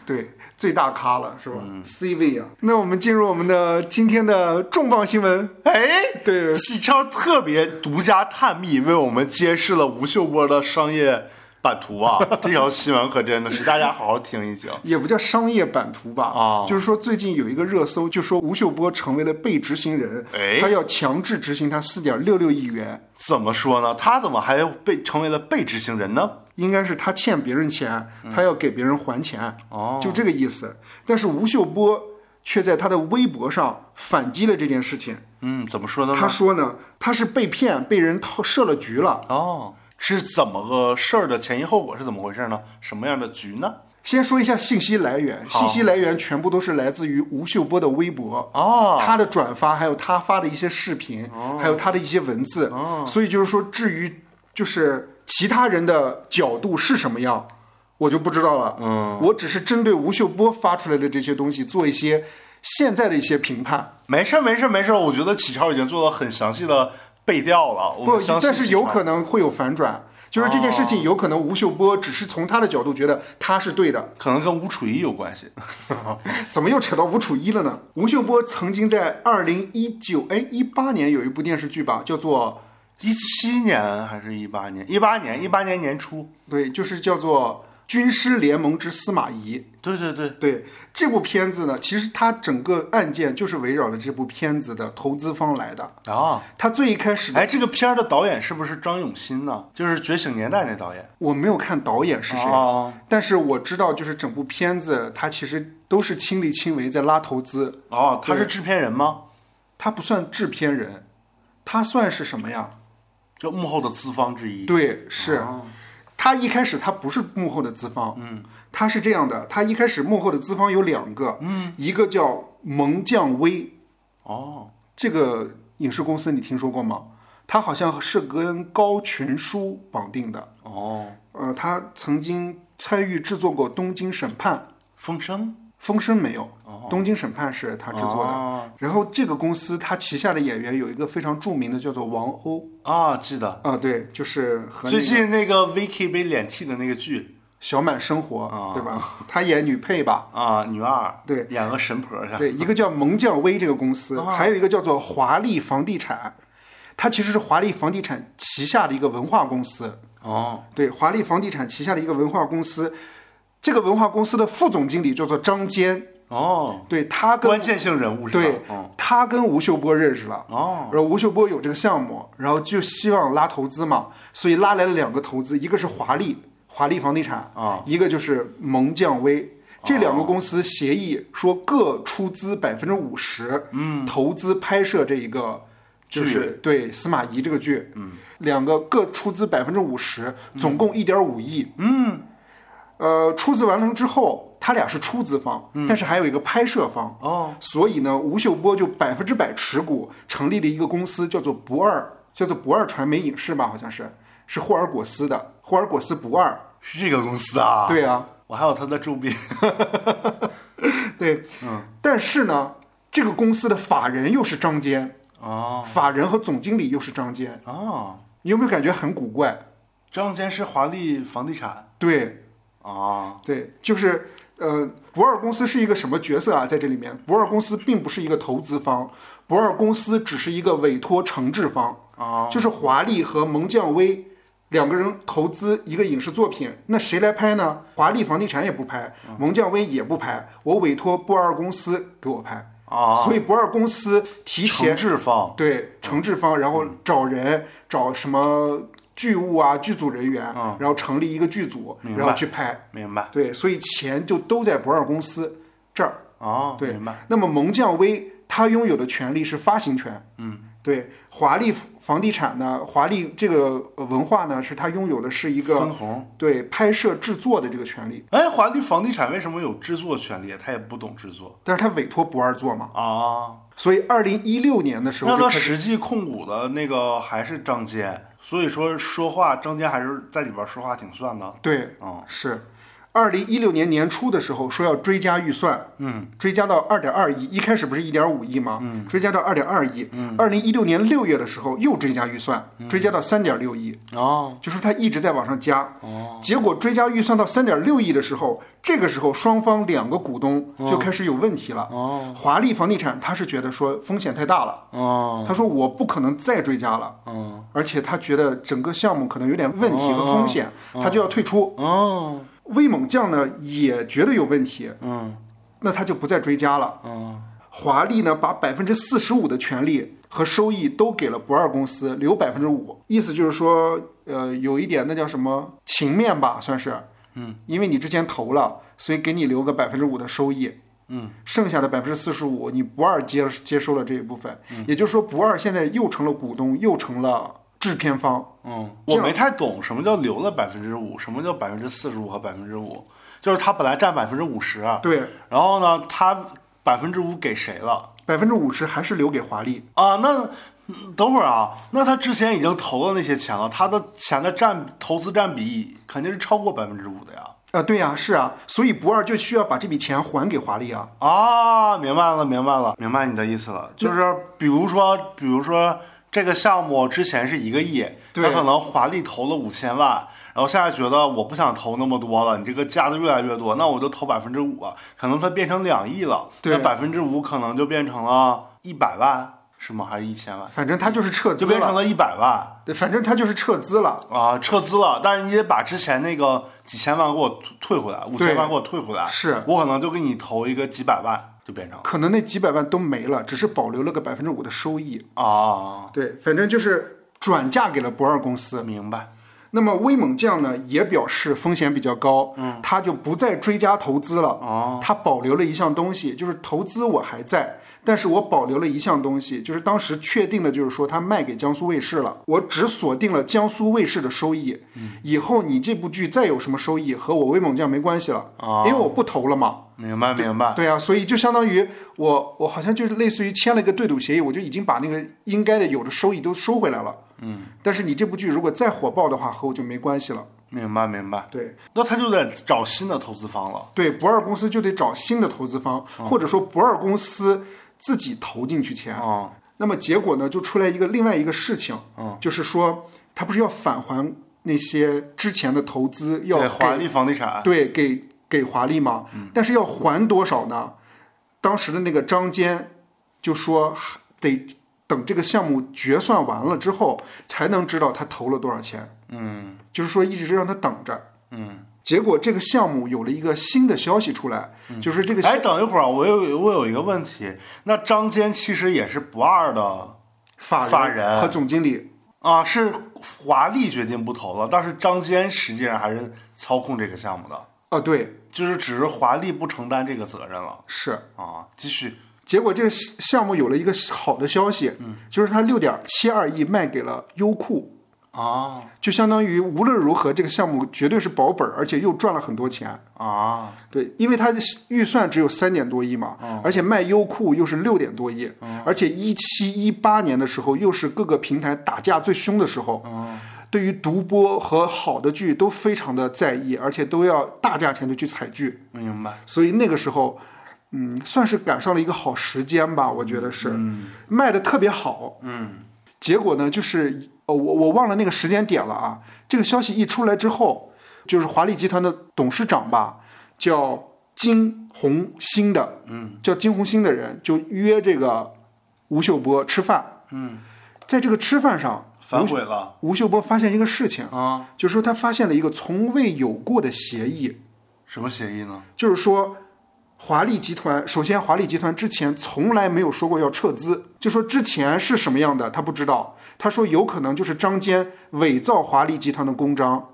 Speaker 1: 对最大咖了，是吧、c
Speaker 2: 嗯
Speaker 1: 位啊。那我们进入我们的今天的重磅新闻。
Speaker 2: 哎，
Speaker 1: 对
Speaker 2: 启超特别独家探秘，为我们揭示了吴秀波的商业版图啊！这条新闻可真的是，大家好好听一听。
Speaker 1: 也不叫商业版图吧，
Speaker 2: 哦
Speaker 1: 就是说最近有一个热搜，就说吴秀波成为了被执行人，
Speaker 2: 哎
Speaker 1: 他要强制执行他四点六六亿元，
Speaker 2: 怎么说呢？他怎么还被成为了被执行人呢？
Speaker 1: 应该是他欠别人钱，他要给别人还钱，
Speaker 2: 嗯哦
Speaker 1: 就这个意思。但是吴秀波却在他的微博上反击了这件事情，
Speaker 2: 嗯，怎么说呢？
Speaker 1: 他说呢，他是被骗，被人套设了局了。
Speaker 2: 哦，是怎么个事儿的前因后果是怎么回事呢？什么样的局呢？
Speaker 1: 先说一下信息来源，信息来源全部都是来自于吴秀波的微博
Speaker 2: 哦
Speaker 1: 他的转发，还有他发的一些视频，还有他的一些文字，
Speaker 2: 哦
Speaker 1: 所以就是说，至于就是其他人的角度是什么样，我就不知道了。嗯，我只是针对吴秀波发出来的这些东西做一些现在的一些评判，
Speaker 2: 没事儿，没事儿，没事儿。我觉得启超已经做了很详细的背调了。我
Speaker 1: 不
Speaker 2: 们相，信哦
Speaker 1: 但是
Speaker 2: 启
Speaker 1: 有
Speaker 2: 超
Speaker 1: 可能会有反转。就是这件事情，有可能吴秀波只是从他的角度觉得他是对的，
Speaker 2: 可能跟吴楚一有关系。
Speaker 1: 怎么又扯到吴楚一了呢？吴秀波曾经在二零一九哎一八年有一部电视剧吧，叫做
Speaker 2: 一七年还是一八年？一八年，一八年年初。
Speaker 1: 对，就是叫做《军师联盟之司马懿》。
Speaker 2: 对对对，
Speaker 1: 对这部片子呢，其实它整个案件就是围绕着这部片子的投资方来的。
Speaker 2: 啊，
Speaker 1: 它最一开始的
Speaker 2: 哎，这个片儿的导演是不是张永新呢？就是《觉醒年代》那导演。
Speaker 1: 我没有看导演是谁，
Speaker 2: 哦
Speaker 1: 但是我知道就是整部片子它其实都是亲力亲为在拉投资，
Speaker 2: 哦，他是
Speaker 1: 对
Speaker 2: 制片人吗？
Speaker 1: 它不算制片人，它算是什么呀？
Speaker 2: 就幕后的资方之一。
Speaker 1: 对，是。
Speaker 2: 哦
Speaker 1: 他一开始他不是幕后的资方，嗯，他是这样的，他一开始幕后的资方有两个，嗯，一个叫蒙将威，
Speaker 2: 哦，
Speaker 1: 这个影视公司你听说过吗？他好像是跟高群书绑定的，
Speaker 2: 哦，
Speaker 1: 呃，他曾经参与制作过《东京审判》，
Speaker 2: 风声。
Speaker 1: 风声没有，《东京审判》是他制作的。
Speaker 2: 哦
Speaker 1: 然后这个公司他旗下的演员有一个非常著名的叫做王鸥，
Speaker 2: 啊，记得。
Speaker 1: 啊、对，就是和、那个、
Speaker 2: 最近那个 Vicky 被脸替的那个剧
Speaker 1: 小满生活，
Speaker 2: 啊
Speaker 1: 对吧？她演女配吧？
Speaker 2: 啊，女二
Speaker 1: 对
Speaker 2: 演个神婆去，
Speaker 1: 对，一个叫蒙将威这个公司，
Speaker 2: 啊
Speaker 1: 还有一个叫做华丽房地产，它其实是华丽房地产旗下的一个文化公司。
Speaker 2: 哦，
Speaker 1: 对，华丽房地产旗下的一个文化公司，这个文化公司的副总经理叫做张坚，
Speaker 2: 哦，
Speaker 1: 对他跟
Speaker 2: 关键性人物是吧？
Speaker 1: 对
Speaker 2: 哦，
Speaker 1: 他跟吴秀波认识了。
Speaker 2: 哦，
Speaker 1: 然后吴秀波有这个项目，然后就希望拉投资嘛，所以拉来了两个投资，一个是华丽华丽房地产
Speaker 2: 啊，
Speaker 1: 一个就是蒙将威。这两个公司协议说各出资百分之五十，嗯，投资拍摄这一个就是对司马懿这个剧，嗯，两个各出资百分之五十，总共一点五亿，嗯，呃，出资完成之后，他俩是出资方，但是还有一个拍摄方，
Speaker 2: 嗯哦，
Speaker 1: 所以呢，吴秀波就百分之百持股，成立了一个公司，叫做不二，叫做不二传媒影视吧，好像是，是霍尔果斯的，霍尔果斯不二，
Speaker 2: 是这个公司啊？
Speaker 1: 对啊，
Speaker 2: 我还有他的周边，
Speaker 1: 对，嗯，但是呢，这个公司的法人又是张坚，
Speaker 2: 哦
Speaker 1: 法人和总经理又是张坚，
Speaker 2: 哦，
Speaker 1: 你有没有感觉很古怪？
Speaker 2: 张坚是华丽房地产
Speaker 1: 对，
Speaker 2: 啊，
Speaker 1: 对，就是呃，博尔公司是一个什么角色啊？在这里面，博尔公司并不是一个投资方，博尔公司只是一个委托承制方。
Speaker 2: 哦
Speaker 1: 就是华丽和蒙将威两个人投资一个影视作品，那谁来拍呢？华丽房地产也不拍，
Speaker 2: 嗯
Speaker 1: 蒙将威也不拍，我委托博尔公司给我拍。
Speaker 2: 啊
Speaker 1: 所以博尔公司提前
Speaker 2: 承制嗯方
Speaker 1: 对承制方，然后找人找什么剧务啊、剧组人员，然后成立一个剧组，
Speaker 2: 嗯明白
Speaker 1: 然后去拍。
Speaker 2: 明白？
Speaker 1: 对，所以钱就都在博尔公司这儿。
Speaker 2: 哦，
Speaker 1: 对，
Speaker 2: 明白。
Speaker 1: 那么蒙将威他拥有的权利是发行权，嗯，对。华丽房地产呢，华丽这个呃文化呢，是他拥有的是一
Speaker 2: 分
Speaker 1: 个
Speaker 2: 红。
Speaker 1: 对拍摄制作的这个权利，
Speaker 2: 哎，华丽房地产为什么有制作权利？他也不懂制作
Speaker 1: 但是他委托博二做嘛，
Speaker 2: 啊。
Speaker 1: 所以二零一六年的时
Speaker 2: 那
Speaker 1: 候
Speaker 2: 他
Speaker 1: 就开始
Speaker 2: 实际控股的那个还是张坚，所以说说话张坚还是在里边说话挺算的。
Speaker 1: 对，
Speaker 2: 哦
Speaker 1: 是。二零一六年年初的时候说要追加预算，嗯，追加到二点二亿，一开始不是一点五亿吗？嗯，追加到二点二亿。
Speaker 2: 嗯
Speaker 1: 二零一六年六月的时候又追加预算，追加到三点六亿，
Speaker 2: 哦
Speaker 1: 就是他一直在往上加。哦，结果追加预算到三点六亿的时候，这个时候双方两个股东就开始有问题了。
Speaker 2: 哦，
Speaker 1: 华丽房地产他是觉得说风险太大了，
Speaker 2: 哦
Speaker 1: 他说我不可能再追加了，
Speaker 2: 哦
Speaker 1: 而且他觉得整个项目可能有点问题和风险，他就要退出。
Speaker 2: 哦，
Speaker 1: 威猛将呢也觉得有问题，
Speaker 2: 嗯
Speaker 1: 那他就不再追加了。
Speaker 2: 嗯
Speaker 1: 华丽呢把百分之四十五的权利和收益都给了不二公司，留百分之五，意思就是说，呃，有一点那叫什么情面吧，算是，嗯，因为你之前投了，所以给你留个百分之五的收益。
Speaker 2: 嗯，
Speaker 1: 剩下的百分之四十五，你不二接接收了这一部分，
Speaker 2: 嗯
Speaker 1: 也就是说，不二现在又成了股东，又成了制片方，
Speaker 2: 嗯，
Speaker 1: 哦这
Speaker 2: 我
Speaker 1: 样
Speaker 2: 没太懂什么叫留了百分之五，什么叫百分之四十五和百分之五，就是他本来占百分之五十，啊
Speaker 1: 对，
Speaker 2: 然后呢，他百分之五给谁了？
Speaker 1: 百分之五十还是留给华丽，
Speaker 2: 啊，那嗯等会儿啊，那他之前已经投了那些钱了，他的钱的占投资占比肯定是超过百分之五的呀。
Speaker 1: 啊，对呀、是啊，所以不二就需要把这笔钱还给华丽啊。
Speaker 2: 啊，明白了，明白了，明白你的意思了，就是比如说，比如说这个项目之前是一个亿，
Speaker 1: 对
Speaker 2: 他可能华丽投了五千万，然后现在觉得我不想投那么多了，你这个加的越来越多，那我就投百分之五，可能它变成两亿了，
Speaker 1: 对
Speaker 2: 那百分之五可能就变成了一百万，是吗？还是一千万？
Speaker 1: 反正他就是撤资
Speaker 2: 就变成
Speaker 1: 了，
Speaker 2: 了一百万。
Speaker 1: 对，反正他就是撤资了。
Speaker 2: 啊，撤资了，但是你得把之前那个几千万给我退退回来，五千万给我退回来，
Speaker 1: 是
Speaker 2: 我可能就给你投一个几百万，就变成了
Speaker 1: 可能那几百万都没了，只是保留了个百分之五的收益。
Speaker 2: 啊，
Speaker 1: 对，反正就是转嫁给了不二公司。
Speaker 2: 明白
Speaker 1: 那么威猛将呢，也表示风险比较高，嗯，他就不再追加投资了。
Speaker 2: 哦，
Speaker 1: 他保留了一项东西，就是投资我还在，但是我保留了一项东西，就是当时确定的，就是说他卖给江苏卫视了，我只锁定了江苏卫视的收益。
Speaker 2: 嗯
Speaker 1: 以后你这部剧再有什么收益，和我威猛将没关系了，
Speaker 2: 哦
Speaker 1: 因为我不投了嘛。
Speaker 2: 明白明白，
Speaker 1: 对啊，所以就相当于我我好像就是类似于签了一个对赌协议，我就已经把那个应该的有的收益都收回来了。嗯，但是你这部剧如果再火爆的话，和我就没关系了。
Speaker 2: 明白明白，
Speaker 1: 对
Speaker 2: 那他就得找新的投资方了
Speaker 1: 对，不二公司就得找新的投资方，或者说不二公司自己投进去钱。
Speaker 2: 啊，
Speaker 1: 那么结果呢，就出来一个另外一个事情，就是说他不是要返还那些之前的投资，要
Speaker 2: 对，华
Speaker 1: 给
Speaker 2: 丽房地产，
Speaker 1: 对，给给华丽嘛。
Speaker 2: 嗯
Speaker 1: 但是要还多少呢？当时的那个张坚就说还得等这个项目决算完了之后，才能知道他投了多少钱。
Speaker 2: 嗯
Speaker 1: 就是说一直让他等着。
Speaker 2: 嗯，
Speaker 1: 结果这个项目有了一个新的消息出来，就是这个
Speaker 2: 哎，等一会儿，我有我有一个问题，那张坚其实也是不二的
Speaker 1: 法
Speaker 2: 法人
Speaker 1: 和总经理，
Speaker 2: 啊，是华丽决定不投了，但是张坚实际上还是操控这个项目的。
Speaker 1: 哦，对，
Speaker 2: 就是只是华丽不承担这个责任了
Speaker 1: 是。
Speaker 2: 啊。继续，
Speaker 1: 结果这个项目有了一个好的消息，
Speaker 2: 嗯
Speaker 1: 就是它六点七二亿卖给了优酷。
Speaker 2: 啊
Speaker 1: 就相当于无论如何，这个项目绝对是保本儿，而且又赚了很多钱。
Speaker 2: 啊
Speaker 1: 对，因为它的预算只有三点多亿嘛，而且卖优酷又是六点多亿，而且一七一八年的时候又是各个平台打架最凶的时候，对于独播和好的剧都非常的在意，而且都要大价钱的去采剧，
Speaker 2: 明白。
Speaker 1: 所以那个时候，嗯，算是赶上了一个好时间吧，我觉得是、卖的特别好。嗯，结果呢，就是呃，我我忘了那个时间点了啊。这个消息一出来之后，就是华丽集团的董事长吧，叫金红星的，嗯，叫金红星的人就约这个吴秀波吃饭，嗯，在这个吃饭上，
Speaker 2: 反悔了
Speaker 1: 吴秀波发现一个事情，
Speaker 2: 啊？
Speaker 1: 就是说他发现了一个从未有过的协议，
Speaker 2: 什么协议呢？
Speaker 1: 就是说，华丽集团首先，华丽集团之前从来没有说过要撤资，就说之前是什么样的他不知道。他说有可能就是张坚伪造华丽集团的公章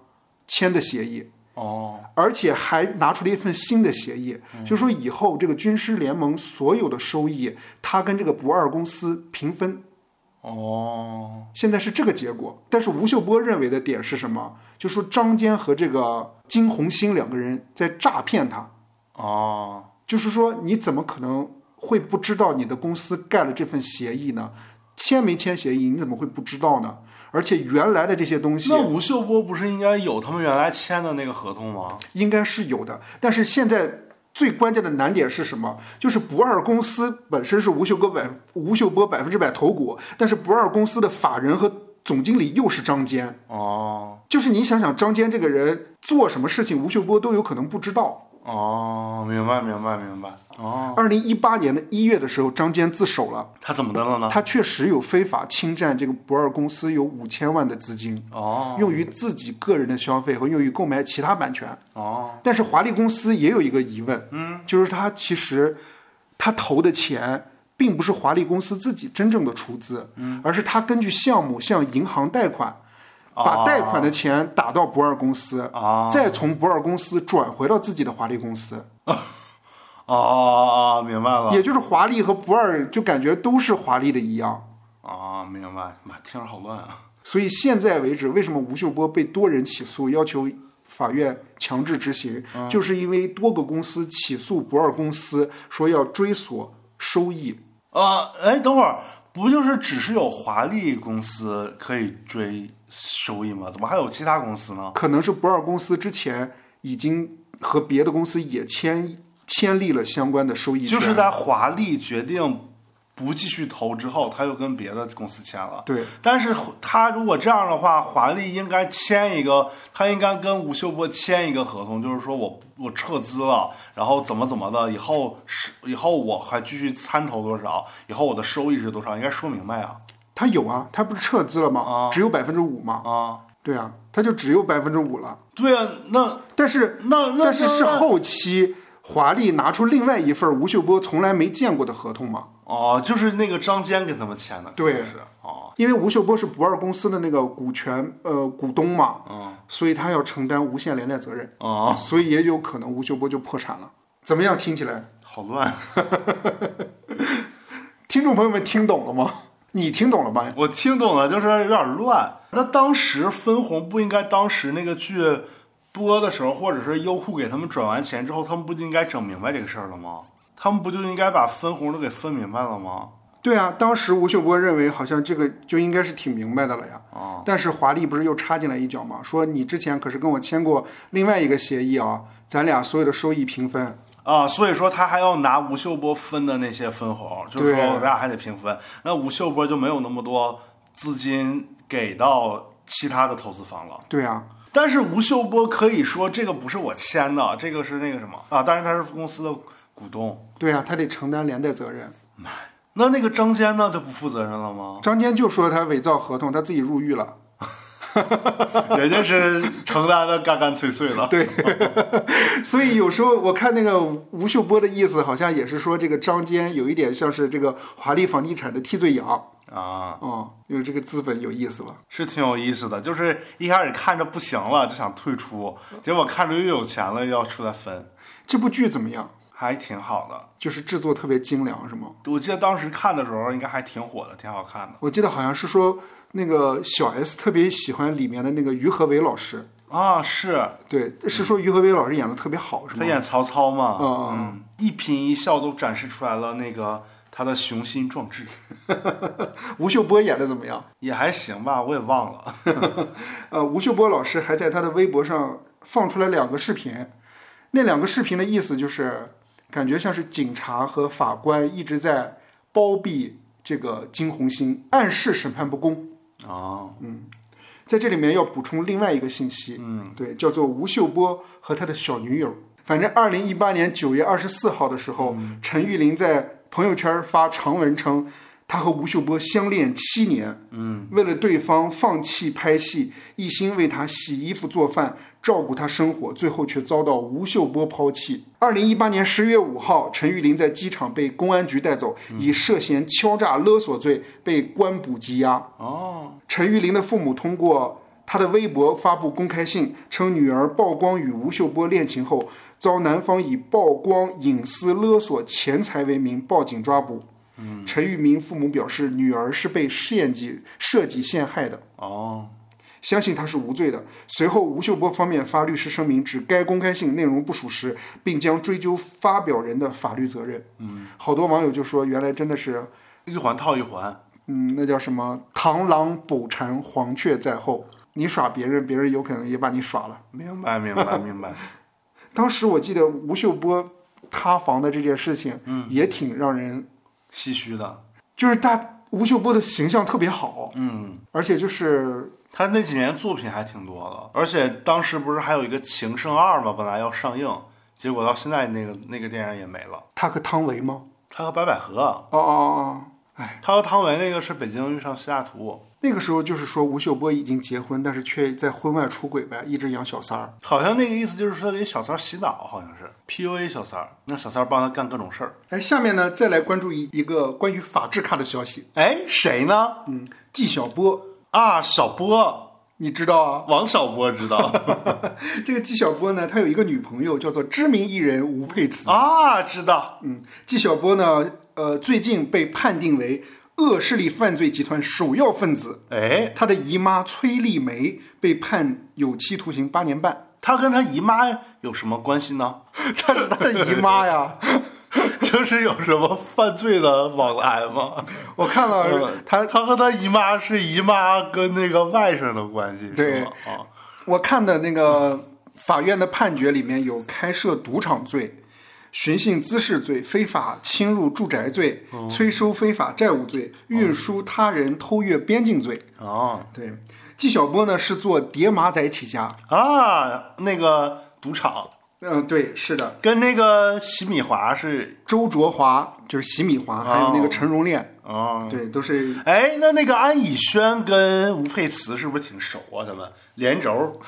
Speaker 1: 签的协议，
Speaker 2: 哦，
Speaker 1: 而且还拿出了一份新的协议，就说以后这个军师联盟所有的收益，他跟这个不二公司平分。
Speaker 2: 哦，
Speaker 1: 现在是这个结果。但是吴秀波认为的点是什么？就说张坚和这个金红星两个人在诈骗他。
Speaker 2: 哦，
Speaker 1: 就是说你怎么可能会不知道你的公司盖了这份协议呢？签没签协议，你怎么会不知道呢？而且原来的这些东西
Speaker 3: 那吴秀波不是应该有他们原来签的那个合同吗？
Speaker 1: 应该是有的，但是现在。最关键的难点是什么？就是不二公司本身是吴秀波百吴秀波百分之百投股，但是不二公司的法人和总经理又是张坚，
Speaker 2: 哦，
Speaker 1: 就是你想想，张坚这个人做什么事情，吴秀波都有可能不知道。
Speaker 2: 哦，明白，明白，明白。哦，
Speaker 1: 二零一八年的一月的时候，张坚自首了，
Speaker 2: 他怎么的了呢？
Speaker 1: 他确实有非法侵占这个不二公司有五千万的资金，
Speaker 2: 哦，
Speaker 1: 用于自己个人的消费和用于购买其他版权。
Speaker 2: 哦，
Speaker 1: 但是华丽公司也有一个疑问，嗯，就是他其实他投的钱。并不是华丽公司自己真正的出资，嗯、而是他根据项目向银行贷款，把贷款的钱打到不二公司，
Speaker 2: 啊
Speaker 1: 再从不二公司转回到自己的华丽公司，
Speaker 2: 哦哦哦，明白了。
Speaker 1: 也就是华丽和不二就感觉都是华丽的一样。
Speaker 2: 啊，明白。妈，听着好乱啊。
Speaker 1: 所以现在为止，为什么吴秀波被多人起诉，要求法院强制执行，
Speaker 2: 嗯
Speaker 1: 就是因为多个公司起诉不二公司，说要追索收益。
Speaker 2: 啊，哎，等会儿，不就是只是有华丽公司可以追收益吗？怎么还有其他公司呢？
Speaker 1: 可能是不二公司之前已经和别的公司也签签立了相关的收益权，
Speaker 2: 就是在华丽决定不继续投之后，他又跟别的公司签了。
Speaker 1: 对
Speaker 2: 但是他如果这样的话，华丽应该签一个，他应该跟吴秀波签一个合同，就是说我我撤资了，然后怎么怎么的，以后是以后我还继续参投多少，以后我的收益是多少，应该说明白呀、
Speaker 1: 他有啊，他不是撤资了吗？只有百分之五吗？
Speaker 2: 啊。啊，
Speaker 1: 对啊，他就只有百分之五了。
Speaker 2: 对啊，那
Speaker 1: 但是
Speaker 2: 那那
Speaker 1: 但是是
Speaker 2: 那
Speaker 1: 后期华丽拿出另外一份吴秀波从来没见过的合同嘛？
Speaker 2: 哦，就是那个张坚跟他们签的，
Speaker 1: 对
Speaker 2: 是不是哦，
Speaker 1: 因为吴秀波是不二公司的那个股权呃股东嘛，
Speaker 2: 嗯，
Speaker 1: 所以他要承担无限连带责任，
Speaker 2: 哦，
Speaker 1: 所以也有可能吴秀波就破产了。怎么样？听起来，
Speaker 2: 好乱，啊
Speaker 1: 听众朋友们听懂了吗？你听懂了吧？
Speaker 2: 我听懂了，就是有点乱。那当时分红不应该当时那个剧播的时候，或者是优酷给他们转完钱之后，他们不就应该整明白这个事儿了吗？他们不就应该把分红都给分明白了吗？
Speaker 1: 对啊，当时吴秀波认为好像这个就应该是挺明白的了呀。
Speaker 2: 哦
Speaker 1: 但是华丽不是又插进来一脚吗？说你之前可是跟我签过另外一个协议啊，咱俩所有的收益平分。
Speaker 2: 啊，所以说他还要拿吴秀波分的那些分红，就是说
Speaker 1: 对
Speaker 2: 咱俩还得平分。那吴秀波就没有那么多资金给到其他的投资方了。
Speaker 1: 对啊，
Speaker 2: 但是吴秀波可以说这个不是我签的，这个是那个什么啊？当然他是公司的股东。
Speaker 1: 对啊，他得承担连带责任。？
Speaker 2: 那那个张坚呢？他不负责任了吗
Speaker 1: 张坚就说他伪造合同，他自己入狱了。
Speaker 2: 人家是承担的干干脆脆了。对，
Speaker 1: 所以有时候我看那个吴秀波的意思，好像也是说这个张坚有一点像是这个华丽房地产的替罪羊啊、
Speaker 2: 啊，
Speaker 1: 哦，因为这个资本有意思吧？
Speaker 2: 是挺有意思的。就是一开始看着不行了，就想退出，结果看着又有钱了，又要出来分。
Speaker 1: 这部剧怎么样？
Speaker 2: 还挺好的。
Speaker 1: 就是制作特别精良，是吗？
Speaker 2: 我记得当时看的时候，应该还挺火的，挺好看的。
Speaker 1: 我记得好像是说那个小 S 特别喜欢里面的那个于和伟老师，
Speaker 2: 啊，是
Speaker 1: 对，是说于和伟老师演的特别好，是吗？
Speaker 2: 他演曹操嘛，
Speaker 1: 嗯
Speaker 2: 嗯，一颦一笑都展示出来了那个他的雄心壮志，
Speaker 1: 吴秀波演的怎么样？
Speaker 2: 也还行吧，我也忘了。
Speaker 1: 呃，吴秀波老师还在他的微博上放出来两个视频，那两个视频的意思就是，感觉像是警察和法官一直在包庇这个金红心，暗示审判不公。
Speaker 2: 哦，
Speaker 1: 在这里面要补充另外一个信息，嗯，对，叫做吴秀波和他的小女友。反正二零一八年九月二十四号的时候，陈玉林在朋友圈发长文称，他和吴秀波相恋七年，嗯，为了对方放弃拍戏，一心为他洗衣服做饭，照顾他生活，最后却遭到吴秀波抛弃。二零一八年十月五号，陈玉林在机场被公安局带走，以涉嫌敲诈勒索罪被关捕羁押。陈玉林的父母通过他的微博发布公开信，称女儿曝光与吴秀波恋情后，遭男方以曝光隐私勒索钱财为名报警抓捕。陈玉明父母表示，女儿是被献计设计陷害的。
Speaker 2: 哦，
Speaker 1: 相信他是无罪的。随后，吴秀波方面发律师声明，指该公开信内容不属实，并将追究发表人的法律责任。嗯，好多网友就说，原来真的是，
Speaker 2: 一环套一环，
Speaker 1: 嗯，那叫什么“螳螂捕蝉，黄雀在后”。你耍别人，别人有可能也把你耍了。
Speaker 2: 明白明白明 白。
Speaker 1: 当时我记得吴秀波塌房的这件事情，嗯，也挺让人，
Speaker 2: 唏嘘的，
Speaker 1: 就是大吴秀波的形象特别好，
Speaker 2: 嗯，
Speaker 1: 而且就是
Speaker 2: 他那几年作品还挺多的，而且当时不是还有一个《情圣二》嘛，本来要上映，结果到现在那个那个电影也没了。
Speaker 1: 他和汤唯吗？
Speaker 2: 他和白百合，啊
Speaker 1: 哦哦哦，哎，
Speaker 2: 他和汤唯那个是《北京遇上西雅图
Speaker 1: 那个时候就是说吴秀波已经结婚，但是却在婚外出轨呗，一直养小三儿。》，
Speaker 2: 好像那个意思就是说给小三儿洗脑，好像是 PUA 小三儿，让小三儿帮他干各种事儿。
Speaker 1: 哎，下面呢，再来关注一一个关于法制咖的消息。
Speaker 2: 哎，谁呢？
Speaker 1: 嗯，纪晓波，
Speaker 2: 啊，小波，
Speaker 1: 你知道啊？
Speaker 2: 王小波知道
Speaker 1: 这个纪晓波呢，他有一个女朋友叫做知名艺人吴佩慈。
Speaker 2: 啊，知道
Speaker 1: 嗯，纪晓波呢，呃，最近被判定为恶势力犯罪集团首要分子。
Speaker 2: 哎，
Speaker 1: 他的姨妈崔丽梅被判有期徒刑八年半。
Speaker 2: 他跟他姨妈有什么关系呢？
Speaker 1: 她是他的姨妈呀，
Speaker 2: 就是有什么犯罪的往来吗？
Speaker 1: 我看了
Speaker 2: 嗯
Speaker 1: 他，
Speaker 2: 他和他姨妈是姨妈跟那个外甥的关系，
Speaker 1: 对
Speaker 2: 是吗？啊，
Speaker 1: 我看的那个法院的判决里面有开设赌场罪、寻衅滋事罪、非法侵入住宅罪、催收非法债务罪、运输他人偷越边境罪。
Speaker 2: 哦
Speaker 1: 对，纪晓波呢是做叠马仔起家。
Speaker 2: 啊，那个赌场
Speaker 1: 嗯，对，是的，
Speaker 2: 跟那个洗米华是
Speaker 1: 周卓华就是洗米华，还有那个陈荣炼，
Speaker 2: 哦。
Speaker 1: 对，都是
Speaker 2: 哎，那那个安以轩跟吴佩慈是不是挺熟啊？他们连轴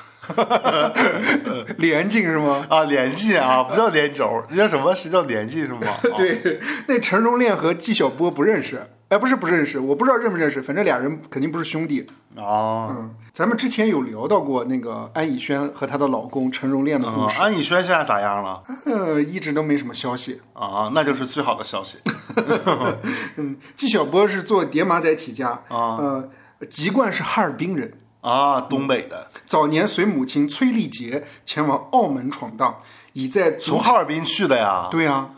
Speaker 1: 连晋是吗？
Speaker 2: 啊，连晋啊，不叫连轴，人叫什么？是叫连晋是吗？啊
Speaker 1: 对，那陈荣炼和纪晓波不认识，哎，不是不认识，我不知道认不认识，反正俩人肯定不是兄弟。
Speaker 2: 哦，
Speaker 1: 嗯，咱们之前有聊到过那个安以轩和她的老公陈荣炼的故
Speaker 2: 嗯
Speaker 1: 事，
Speaker 2: 安以轩现在咋样了？
Speaker 1: 呃，一直都没什么消息。
Speaker 2: 啊，那就是最好的消息。
Speaker 1: 嗯，纪晓波是做叠马仔起家，呃，籍贯是哈尔滨人，
Speaker 2: 啊，东北的，
Speaker 1: 早年随母亲崔丽杰前往澳门闯荡，已在足
Speaker 2: 从哈尔滨去的呀。
Speaker 1: 对啊，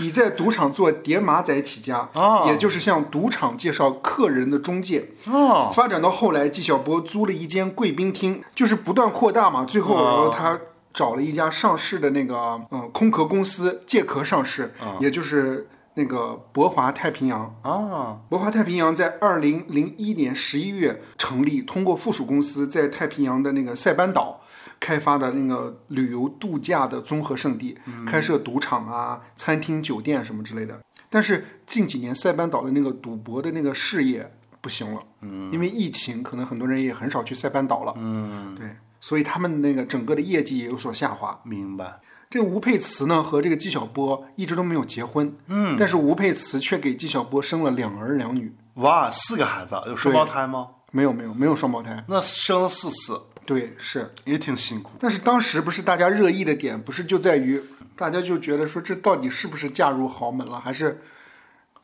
Speaker 1: 以在赌场做叠马仔起家，
Speaker 2: 哦
Speaker 1: 也就是向赌场介绍客人的中介。
Speaker 2: 哦，
Speaker 1: 发展到后来，纪晓波租了一间贵宾厅，就是不断扩大嘛。最后，然后他找了一家上市的那个嗯空壳公司借壳上市，也就是那个博华太平洋。
Speaker 2: 啊，
Speaker 1: 博华太平洋在二零零一年十一月成立，通过附属公司在太平洋的那个塞班岛开发的那个旅游度假的综合胜地，开设赌场啊、餐厅、酒店什么之类的。但是近几年塞班岛的那个赌博的那个事业不行了，嗯，因为疫情，可能很多人也很少去塞班岛了，嗯，对，所以他们那个整个的业绩也有所下滑。
Speaker 2: 明白。
Speaker 1: 这个吴佩慈呢和这个纪晓波一直都没有结婚，嗯，但是吴佩慈却给纪晓波生了两儿两女。
Speaker 2: 哇，四个孩子，有双胞胎吗？
Speaker 1: 没有没有没有双胞胎，
Speaker 2: 那生了四次
Speaker 1: 对是。
Speaker 2: 也挺辛苦。
Speaker 1: 但是当时不是大家热议的点，不是就在于大家就觉得说这到底是不是嫁入豪门了，还是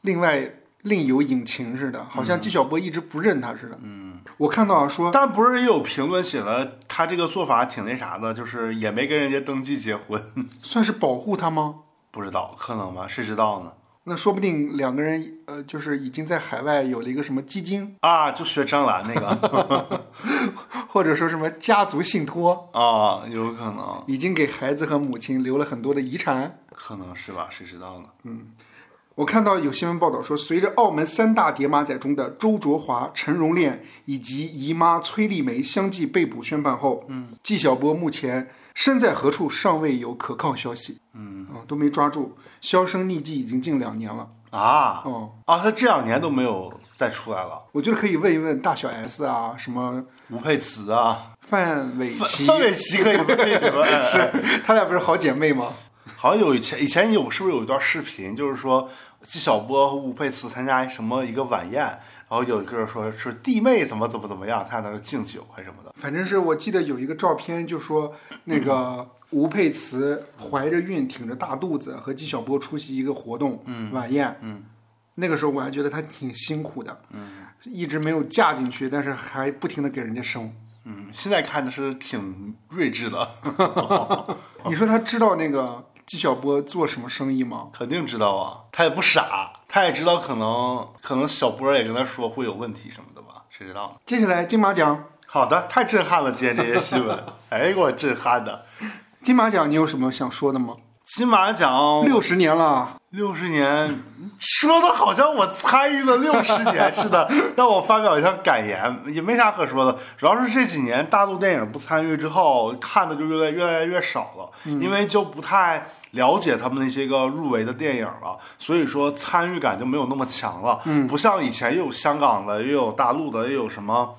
Speaker 1: 另外另有隐情似的，好像纪晓波一直不认他似的。嗯，我看到说
Speaker 2: 但不是也有评论写了，他这个做法挺那啥的，就是也没跟人家登记结婚，
Speaker 1: 算是保护他吗？
Speaker 2: 不知道可能吧？谁知道呢？
Speaker 1: 那说不定两个人呃，就是已经在海外有了一个什么基金，
Speaker 2: 啊，就学张兰那 个
Speaker 1: 或者说什么家族信托，
Speaker 2: 啊，有可能，
Speaker 1: 已经给孩子和母亲留了很多的遗产。
Speaker 2: 可能是吧？谁知道呢？
Speaker 1: 我看到有新闻报道说，随着澳门三大叠马仔中的周卓华、陈荣炼以及姨妈崔丽梅相继被捕宣判后，嗯，纪晓波目前身在何处尚未有可靠消息，嗯啊都没抓住，销声匿迹已经近两年了。
Speaker 2: 啊
Speaker 1: 哦，
Speaker 2: 啊，他这两年都没有再出来了。
Speaker 1: 我觉得可以问一问大小 S 啊，什么
Speaker 2: 吴佩慈啊，
Speaker 1: 范玮琪，
Speaker 2: 范玮琪可以问 你们，是
Speaker 1: 她俩不是好姐妹吗？
Speaker 2: 好像有以前以前有是不是有一段视频，就是说纪晓波和吴佩慈参加什么一个晚宴，然后有一个人说是弟妹怎么怎么怎么样，他俩在那敬酒还是什么的。
Speaker 1: 反正是我记得有一个照片，就说那个吴佩慈怀着孕，挺着大肚子，和纪晓波出席一个活动，嗯，晚宴，嗯，那个时候我还觉得她挺辛苦的，嗯，一直没有嫁进去，但是还不停的给人家生。
Speaker 2: 嗯，现在看的是挺睿智的，
Speaker 1: 你说她知道那个纪晓波做什么生意吗？
Speaker 2: 肯定知道啊，他也不傻，他也知道可能可能小波也跟他说会有问题什么的吧，谁知道呢？
Speaker 1: 接下来金马奖，
Speaker 2: 好的，太震撼了，今天这些新闻，哎，给我震撼的。
Speaker 1: 金马奖你有什么想说的吗？
Speaker 2: 金马奖
Speaker 1: 六十年了，
Speaker 2: 六十年，说的好像我参与了六十年似的，让我发表一下感言，也没啥可说的。主要是这几年大陆电影不参与之后，看的就越来越来越少了，因为就不太了解他们那些个入围的电影了，所以说参与感就没有那么强了。不像以前又有香港的，又有大陆的，又有什么。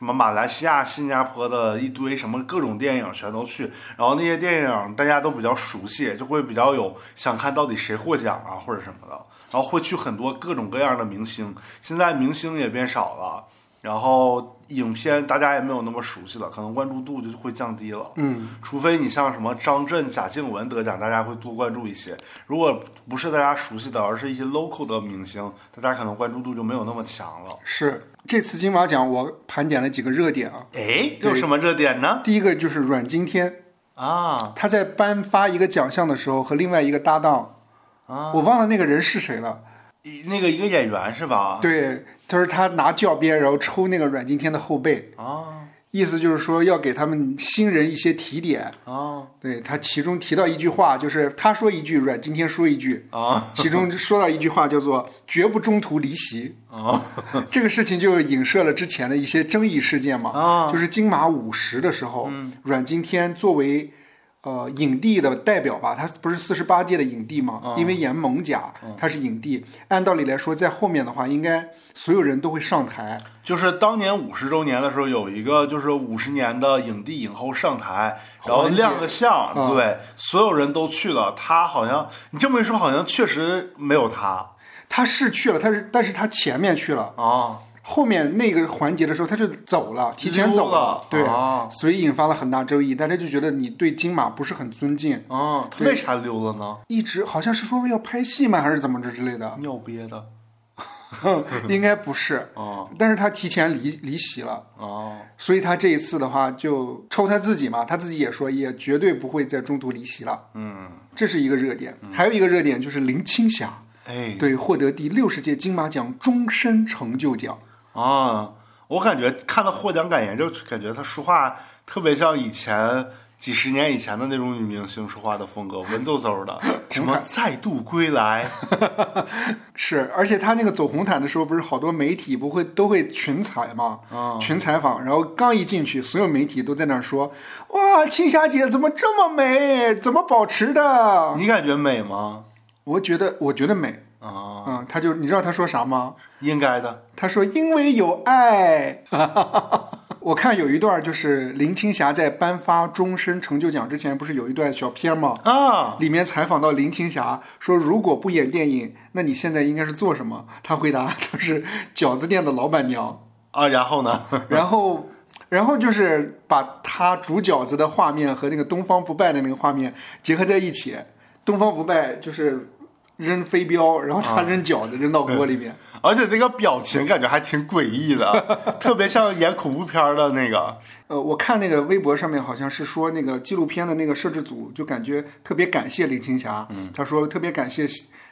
Speaker 2: 什么马来西亚、新加坡的一堆什么各种电影全都去，然后那些电影大家都比较熟悉，就会比较有想看到底谁获奖啊或者什么的，然后会去很多各种各样的明星。现在明星也变少了，然后影片大家也没有那么熟悉了，可能关注度就会降低了。
Speaker 1: 嗯，
Speaker 2: 除非你像什么张震、贾静雯得奖，大家会多关注一些；如果不是大家熟悉的，而是一些 local 的明星，大家可能关注度就没有那么强了。
Speaker 1: 是这次金马奖我盘点了几个热点啊，
Speaker 2: 哎，有什么热点呢？
Speaker 1: 第一个就是阮经天，
Speaker 2: 啊
Speaker 1: 他在颁发一个奖项的时候和另外一个搭档，
Speaker 2: 啊，
Speaker 1: 我忘了那个人是谁了。
Speaker 2: 一那个一个演员是吧？
Speaker 1: 对，他说他拿教鞭，然后抽那个阮经天的后背，
Speaker 2: 啊
Speaker 1: 意思就是说要给他们新人一些提点。
Speaker 2: 啊
Speaker 1: 对他其中提到一句话，就是他说一句，阮经天说一句，
Speaker 2: 啊
Speaker 1: 其中说到一句话叫做“绝不中途离席
Speaker 2: 啊”，
Speaker 1: 这个事情就影射了之前的一些争议事件嘛。
Speaker 2: 啊！嗯
Speaker 1: 就是金马五十的时候，阮经天作为呃影帝的代表吧，他不是四十八届的影帝
Speaker 2: 啊
Speaker 1: 嘛，因为演猛甲，他是影帝。按道理来说，在后面的话，应该所有人都会上台。
Speaker 2: 就是当年五十周年的时候，有一个就是五十年的影帝影后上台，然后
Speaker 1: 环节
Speaker 2: 亮个相，
Speaker 1: 啊
Speaker 2: 对，所有人都去了。他好像你这么一说，好像确实没有他
Speaker 1: 他是去了，他是，但是他前面去了，
Speaker 2: 啊。
Speaker 1: 后面那个环节的时候他就走了，提前走
Speaker 2: 溜
Speaker 1: 对，
Speaker 2: 了啊
Speaker 1: 所以引发了很大争议。大家就觉得你对金马不是很尊敬，
Speaker 2: 啊，他为啥溜了呢？，
Speaker 1: 一直好像是说要拍戏吗，还是怎么着之类的
Speaker 2: 尿憋的
Speaker 1: 应该不是。
Speaker 2: 啊
Speaker 1: 但是他提前离离席了。
Speaker 2: 啊！
Speaker 1: 所以他这一次的话，就抽他自己嘛，他自己也说，也绝对不会在中途离席了。
Speaker 2: 嗯，
Speaker 1: 这是一个热点，还有一个热点就是林青霞，
Speaker 2: 哎，
Speaker 1: 对，获得第六十届金马奖终身成就奖。
Speaker 2: 啊，我感觉看到获奖感言，就感觉她说话特别像以前几十年以前的那种女明星说话的风格，文绉绉的， 什么再度归来，
Speaker 1: 是，而且他那个走红毯的时候，不是好多媒体不会都会群采嘛，群采访，然后刚一进去，所有媒体都在那儿说，哇，青霞姐怎么这么美，怎么保持的？
Speaker 2: 你感觉美吗？
Speaker 1: 我觉得，我觉得美，
Speaker 2: 啊，
Speaker 1: 嗯，他就你知道他说啥吗？
Speaker 2: 应该的。
Speaker 1: 他说：“因为有爱。” 我看有一段就是林青霞在颁发终身成就奖之前，不是有一段小片吗？
Speaker 2: 啊，
Speaker 1: 里面采访到林青霞说：“如果不演电影，那你现在应该是做什么？”她回答：“她是饺子店的老板娘。”
Speaker 2: 啊，然后呢？
Speaker 1: 然后，然后就是把他煮饺子的画面和那个东方不败的那个画面结合在一起。东方不败就是扔飞镖，然后他扔饺子扔到锅里面。
Speaker 2: 而且那个表情感觉还挺诡异的，特别像演恐怖片的那个。
Speaker 1: 呃，我看那个微博上面好像是说，那个纪录片的那个摄制组就感觉特别感谢林青霞，
Speaker 2: 嗯
Speaker 1: 他说特别感谢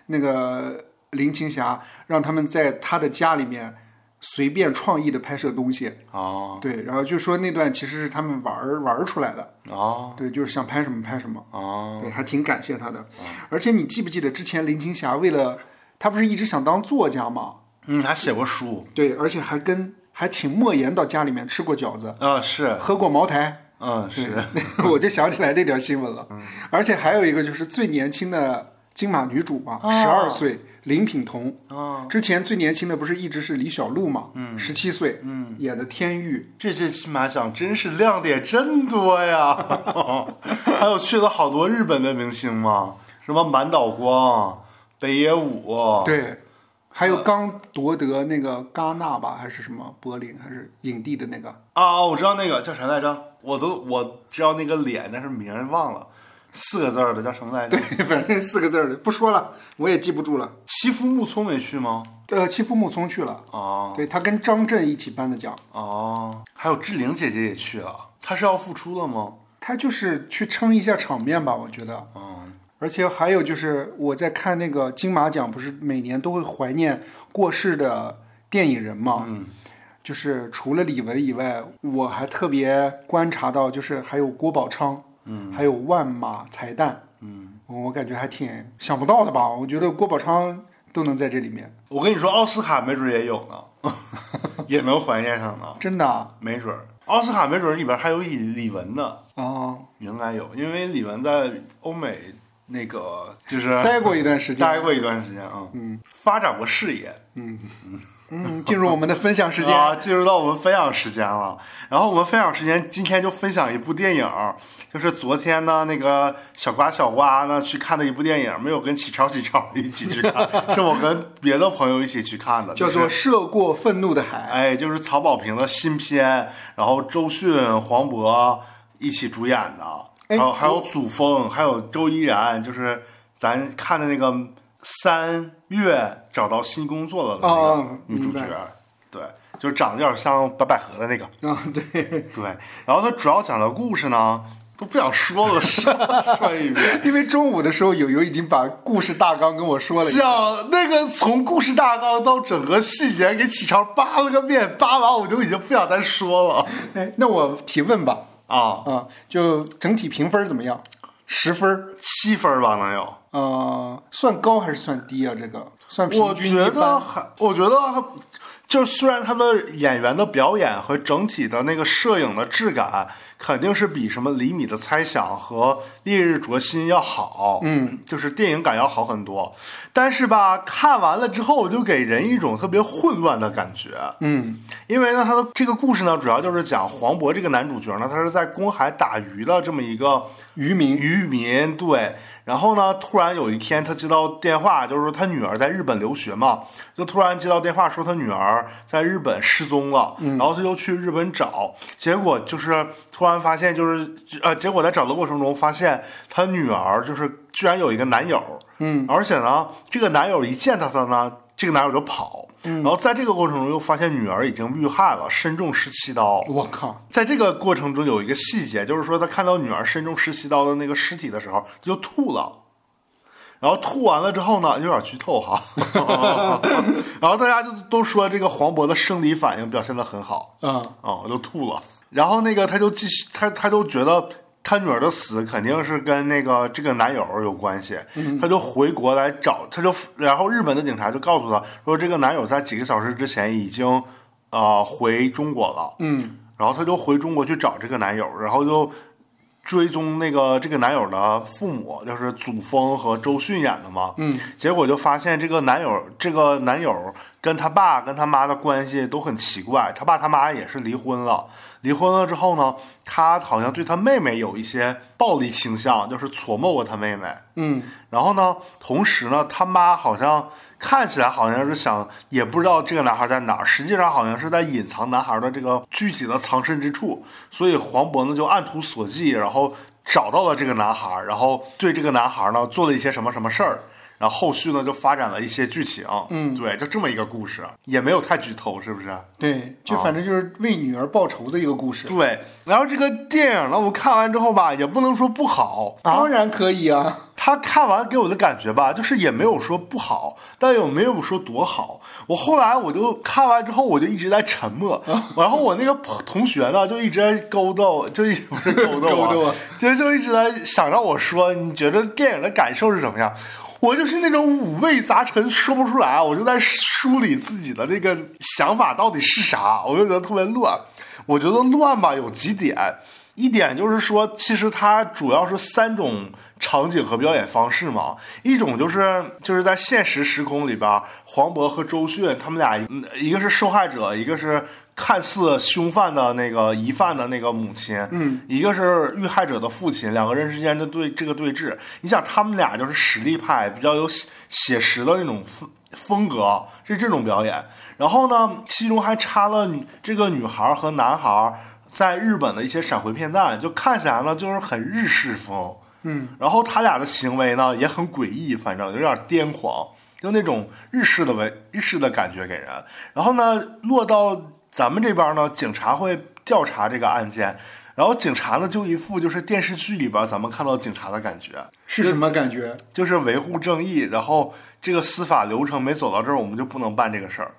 Speaker 1: 那个林青霞，让他们在他的家里面随便创意的拍摄东西。
Speaker 2: 哦
Speaker 1: 对，然后就说那段其实是他们玩儿玩儿出来的，
Speaker 2: 哦
Speaker 1: 对，就是想拍什么拍什么。
Speaker 2: 哦，
Speaker 1: 对，还挺感谢他的。而且你记不记得之前林青霞为了她不是一直想当作家吗？
Speaker 2: 嗯，还写过书
Speaker 1: 对，而且还跟还请莫言到家里面吃过饺子，
Speaker 2: 啊，是，
Speaker 1: 喝过茅台。
Speaker 2: 嗯是， 嗯
Speaker 1: 我就想起来这条新闻了。而且还有一个就是最年轻的金马女主嘛，十二岁，林品彤。
Speaker 2: 啊，
Speaker 1: 之前最年轻的不是一直是李小璐嘛，
Speaker 2: 嗯
Speaker 1: 十七岁，演的《天域
Speaker 2: 这届金马奖真是亮点真多呀！ 还有去了好多日本的明星嘛，什么满岛光、北野武，》，
Speaker 1: 对，还
Speaker 2: 呃
Speaker 1: 有刚夺得那个戛纳吧，还是什么柏林，还是影帝的那个，
Speaker 2: 啊，我知道那个叫啥来着，我都我知道那个脸，但是名儿忘了，四个字儿的叫什么来着？
Speaker 1: 反正四个字儿的，不说了，我也记不住了。
Speaker 2: 欺负木聪没去吗？
Speaker 1: 呃，欺负木聪去了，
Speaker 2: 哦
Speaker 1: 对他跟张震一起颁的奖，
Speaker 2: 哦，还有志玲姐姐也去了，她是要复出了吗？
Speaker 1: 他就是去撑一下场面吧，我觉得。
Speaker 2: 嗯，
Speaker 1: 而且还有就是我在看那个金马奖，不是每年都会怀念过世的电影人嘛？嗯，就是除了李玟以外，我还特别观察到，就是还有郭宝昌，嗯，还有万马才旦，嗯，我感觉还挺想不到的吧？我觉得郭宝昌都能在这里面，
Speaker 2: 我跟你说，奥斯卡没准也有呢， 也能怀念上呢，
Speaker 1: 真的啊、
Speaker 2: 没准儿。奥斯卡没准儿里边还有李李玟呢，
Speaker 1: 哦
Speaker 2: 应该有，因为李玟在欧美那个就是
Speaker 1: 待过一段时 间，
Speaker 2: 待过一段时间啊，嗯，发展过事业，
Speaker 1: 嗯，进入我们的分享时间，
Speaker 2: 啊，进入到我们分享时间了。然后我们分享时间今天就分享一部电影儿，就是昨天呢那个小瓜小瓜呢去看的一部电影，没有跟启超启 超一起去看，是我跟别的朋友一起去看的，
Speaker 1: 叫
Speaker 2: 就
Speaker 1: 做《
Speaker 2: 是。
Speaker 1: 涉过愤怒的海》。
Speaker 2: 哎，就是曹保平的新片，然后周迅、黄渤一起主演的，
Speaker 1: 哎
Speaker 2: 然后还有祖峰，还有周依然，就是咱看的那个三月找到新工作了的那个
Speaker 1: 哦
Speaker 2: 女主角，
Speaker 1: 明
Speaker 2: 对，就是长得有点像白百合的那个，
Speaker 1: 啊、对，
Speaker 2: 对。然后它主要讲的故事呢，都不想说了，说说一遍。
Speaker 1: 因为中午的时候，友友已经把故事大纲跟我说了一遍。
Speaker 2: 讲那个从故事大纲到整个细节，给启超扒了个遍，扒完我就已经不想再说了
Speaker 1: 哎，那我提问吧，
Speaker 2: 啊。
Speaker 1: 啊，就整体评分怎么样？十分儿，
Speaker 2: 七分儿吧，能有。
Speaker 1: 呃，算高还是算低啊？这个算平
Speaker 2: 我
Speaker 1: 均
Speaker 2: 觉
Speaker 1: 一
Speaker 2: 得
Speaker 1: 般。
Speaker 2: 还，我觉得还，就虽然他的演员的表演和整体的那个摄影的质感，肯定是比什么《厘米的猜想》和《烈日灼心》要好，嗯，就是电影感要好很多。但是吧，看完了之后就给人一种特别混乱的感觉，
Speaker 1: 嗯，
Speaker 2: 因为呢，他的这个故事呢，主要就是讲黄渤这个男主角呢，他是在公海打鱼的这么一个
Speaker 1: 渔民
Speaker 2: 渔民对，然后呢，突然有一天他接到电话，就是说他女儿在日本留学嘛，就突然接到电话说他女儿在日本失踪了，然后他就去日本找，结果就是突然发现就是呃，结果在找的过程中发现他女儿就是居然有一个男友，嗯，而且呢，这个男友一见到他呢，这个男友就跑。然后在这个过程中，又发现女儿已经遇害了，身中十七刀。
Speaker 1: 我靠，
Speaker 2: 在这个过程中有一个细节，就是说他看到女儿身中十七刀的那个尸体的时候，他就吐了。然后吐完了之后呢，有点剧透哈。 然后大家就都说这个黄渤的生理反应表现的很好
Speaker 1: 啊、
Speaker 2: 啊、我就吐了。然后那个他就继续，他他就觉得他女儿的死肯定是跟那个这个男友有关系，他就回国来找，他就然后日本的警察就告诉他说，这个男友在几个小时之前已经啊回中国了。
Speaker 1: 嗯，
Speaker 2: 然后她就回中国去找这个男友，然后就追踪那个这个男友的父母，就是祖峰和周迅演的嘛。嗯，结果就发现这个男友，这个男友跟他爸跟他妈的关系都很奇怪，他爸他妈也是离婚了。离婚了之后呢，他好像对他妹妹有一些暴力倾向，就是搓磨过他妹妹。
Speaker 1: 嗯，
Speaker 2: 然后呢，同时呢，他妈好像看起来好像是想，也不知道这个男孩在哪儿，实际上好像是在隐藏男孩的这个具体的藏身之处。所以黄渤呢就按图索骥，然后找到了这个男孩，然后对这个男孩呢做了一些什么什么事儿。然后后续呢，就发展了一些剧情，
Speaker 1: 嗯
Speaker 2: 对，就这么一个故事，也没有太剧透，是不是？
Speaker 1: 对，就反正就是为女儿报仇的一个故事。
Speaker 2: 对。然后这个电影呢，我看完之后吧，也不能说不好，
Speaker 1: 当然可以啊，
Speaker 2: 他看完给我的感觉吧，就是也没有说不好，但也没有说多好。我后来我就看完之后，我就一直在沉默。然后我那个朋同学呢，就一直在勾搭我，就一直不是勾
Speaker 1: 勾
Speaker 2: 搭
Speaker 1: 搭
Speaker 2: 我啊
Speaker 1: 我，
Speaker 2: 就就一直在想让我说，你觉得电影的感受是什么样？我就是那种五味杂陈，说不出来，我就在梳理自己的那个想法到底是啥，我就觉得特别乱。我觉得乱吧，有几点，一点就是说，其实它主要是三种场景和表演方式嘛。一种就是就是在现实时空里边儿，黄渤和周迅他们俩，嗯一个是受害者，一个是看似凶犯的那个疑犯的那个母亲，嗯，一个是遇害者的父亲，两个人之间的对这个对峙。你想，他们俩就是实力派，比较有写写实的那种风风格，是这种表演。然后呢，其中还插了女这个女孩和男孩在日本的一些闪回片段，就看起来呢就是很日式风。
Speaker 1: 嗯，
Speaker 2: 然后他俩的行为呢也很诡异，反正有点癫狂，就那种日式的为日式的感觉给人。然后呢，落到咱们这边呢，警察会调查这个案件，然后警察呢就一副就是电视剧里边咱们看到警察的感觉，
Speaker 1: 是什么感觉？
Speaker 2: 就是维护正义，然后这个司法流程没走到这儿，我们就不能办这个事儿。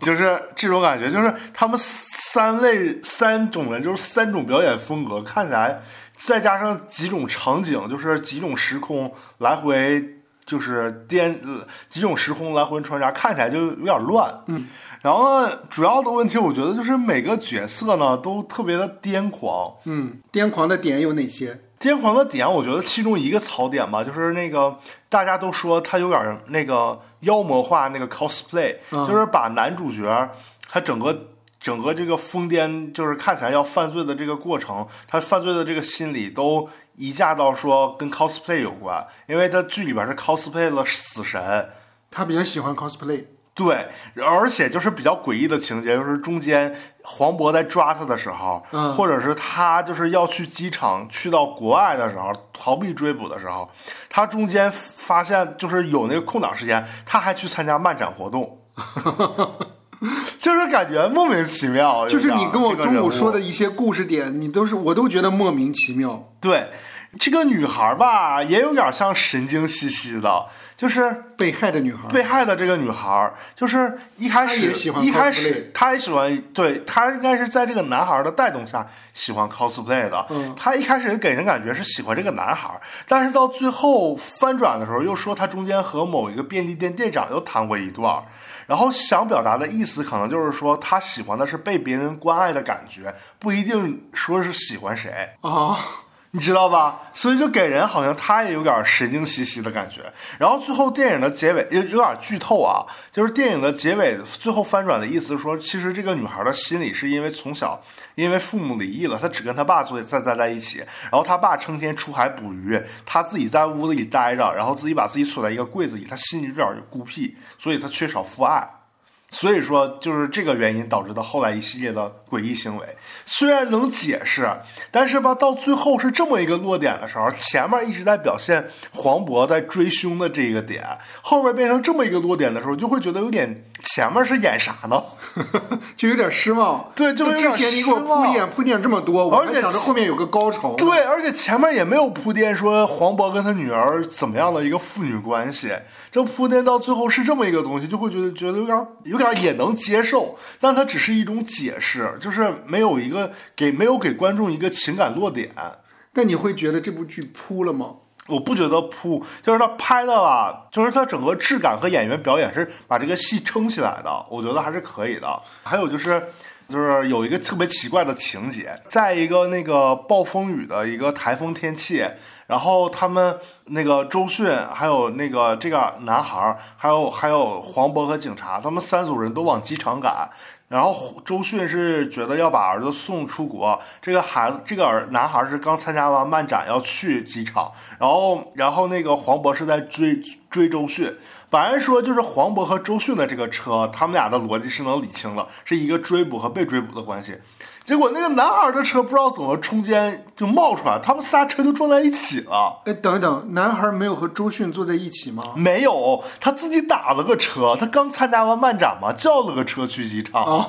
Speaker 2: 就是这种感觉，就是他们三类三种人，就是三种表演风格，看起来再加上几种场景，就是几种时空来回，就是颠呃几种时空来回穿插，看起来就有点乱。嗯，然后呢，主要的问题我觉得就是每个角色呢都特别的癫狂，
Speaker 1: 嗯，癫狂的点有哪些？
Speaker 2: 癫狂的点，我觉得其中一个槽点吧，就是那个大家都说他有点儿那个妖魔化那个 cosplay，、就是把男主角他整个整个这个疯癫，就是看起来要犯罪的这个过程，他犯罪的这个心理都移嫁到说跟 cosplay 有关，因为他剧里边是 cosplay 了死神，
Speaker 1: 他比较喜欢 cosplay。
Speaker 2: 对，而且就是比较诡异的情节，就是中间黄渤在抓他的时候，
Speaker 1: 嗯
Speaker 2: 或者是他就是要去机场去到国外的时候，逃避追捕的时候，他中间发现就是有那个空档时间，他还去参加漫展 活动，就是感觉莫名其妙。
Speaker 1: 就是
Speaker 2: 有
Speaker 1: 你
Speaker 2: 点
Speaker 1: 跟我
Speaker 2: 这个
Speaker 1: 中
Speaker 2: 人
Speaker 1: 午
Speaker 2: 物
Speaker 1: 说的一些故事点，你都是我都觉得莫名其妙。
Speaker 2: 对。这个女孩吧，也有点像神经兮兮的，就是
Speaker 1: 被害的女孩，
Speaker 2: 被害的这个女孩儿，就是一开
Speaker 1: 她
Speaker 2: 始
Speaker 1: 也喜欢
Speaker 2: 一开
Speaker 1: cosplay
Speaker 2: 始她也喜欢，对她应该是在这个男孩儿的带动下喜欢 cosplay 的。
Speaker 1: 嗯
Speaker 2: 她一开始给人感觉是喜欢这个男孩儿，但是到最后翻转的时候，又说她中间和某一个便利店店长又谈过一段儿。然后想表达的意思，可能就是说，她喜欢的是被别人关爱的感觉，不一定说是喜欢谁。
Speaker 1: 啊，
Speaker 2: 你知道吧？所以就给人好像他也有点神经兮兮的感觉。然后最后电影的结尾有有点剧透啊，就是电影的结尾最后翻转的意思是说，其实这个女孩的心理是因为从小因为父母离异了，她只跟她爸所以在在在一起，然后她爸成天出海捕鱼，她自己在屋子里待着，然后自己把自己锁在一个柜子里，她心里有点孤僻，所以她缺少父爱。所以说，就是这个原因导致的后来一系列的诡异行为，虽然能解释，但是吧，到最后是这么一个落点的时候，前面一直在表现黄渤在追凶的这个点，后面变成这么一个落点的时候，就会觉得有点前面是演啥呢？
Speaker 1: 就有点失望。
Speaker 2: 对就有点
Speaker 1: 之前你给我
Speaker 2: 失望
Speaker 1: 铺垫铺垫这么多，我
Speaker 2: 而
Speaker 1: 还
Speaker 2: 且
Speaker 1: 想着后面有个高潮。
Speaker 2: 对，而且前面也没有铺垫说黄渤跟他女儿怎么样的一个父女关系，这铺垫到最后是这么一个东西，就会觉得觉得有点有点也能接受，但它只是一种解释，就是没有一个给没有给观众一个情感落点。
Speaker 1: 但你会觉得这部剧扑了吗？
Speaker 2: 我不觉得铺，就是他拍的吧，就是他整个质感和演员表演是把这个戏撑起来的，我觉得还是可以的。还有就是就是有一个特别奇怪的情节，在一个那个暴风雨的一个台风天气，然后他们那个周迅，还有那个这个男孩儿，还有还有黄渤和警察，他们三组人都往机场赶。然后周迅是觉得要把儿子送出国，这个孩子这个儿男孩是刚参加完漫展要去机场，然后然后那个黄渤是在追追周迅。本来说就是黄渤和周迅的这个车，他们俩的逻辑是能理清的，是一个追捕和被追捕的关系。结果那个男孩的车不知道怎么中间就冒出来，他们仨车就撞在一起了。
Speaker 1: 哎，等一等，男孩没有和周迅坐在一起吗？
Speaker 2: 没有，他自己打了个车，他刚参加完漫展嘛，叫了个车去机场。
Speaker 1: 哦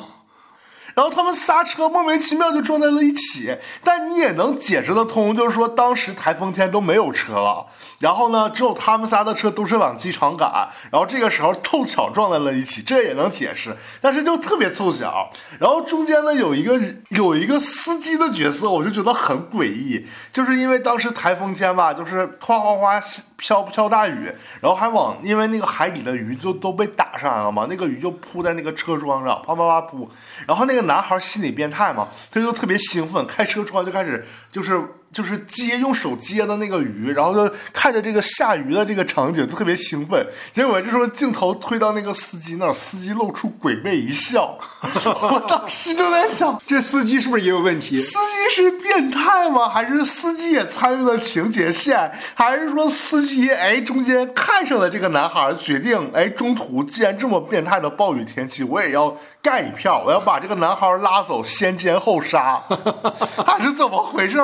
Speaker 2: 然后他们刹车莫名其妙就撞在了一起，但你也能解释得通，就是说当时台风天都没有车了，然后呢，只有他们仨的车都是往机场赶，然后这个时候凑巧撞在了一起，这也能解释，但是就特别凑巧。然后中间呢有一个有一个司机的角色，我就觉得很诡异，就是因为当时台风天吧，就是哗哗哗飘飘大雨，然后还往因为那个海底的鱼就都被打上来了嘛，那个鱼就扑在那个车窗上，啪啪啪扑，然后那个。男孩心理变态嘛，他就特别兴奋，开车窗就开始就是就是接用手接的那个鱼，然后就看着这个下鱼的这个场景，就特别兴奋。结果这时候镜头推到那个司机那儿，司机露出鬼魅一笑， 我当时就在想，
Speaker 1: 这司机是不是也有问题？
Speaker 2: 司机是变态吗？还是司机也参与了情节线？还是说司机哎中间看上了这个男孩，决定哎中途既然这么变态的暴雨天气，我也要干一票，我要把这个男孩拉走，先奸后杀， 还是怎么回事？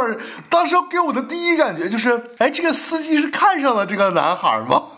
Speaker 2: 当时给我的第一感觉就是，哎，这个司机是看上了这个男孩吗？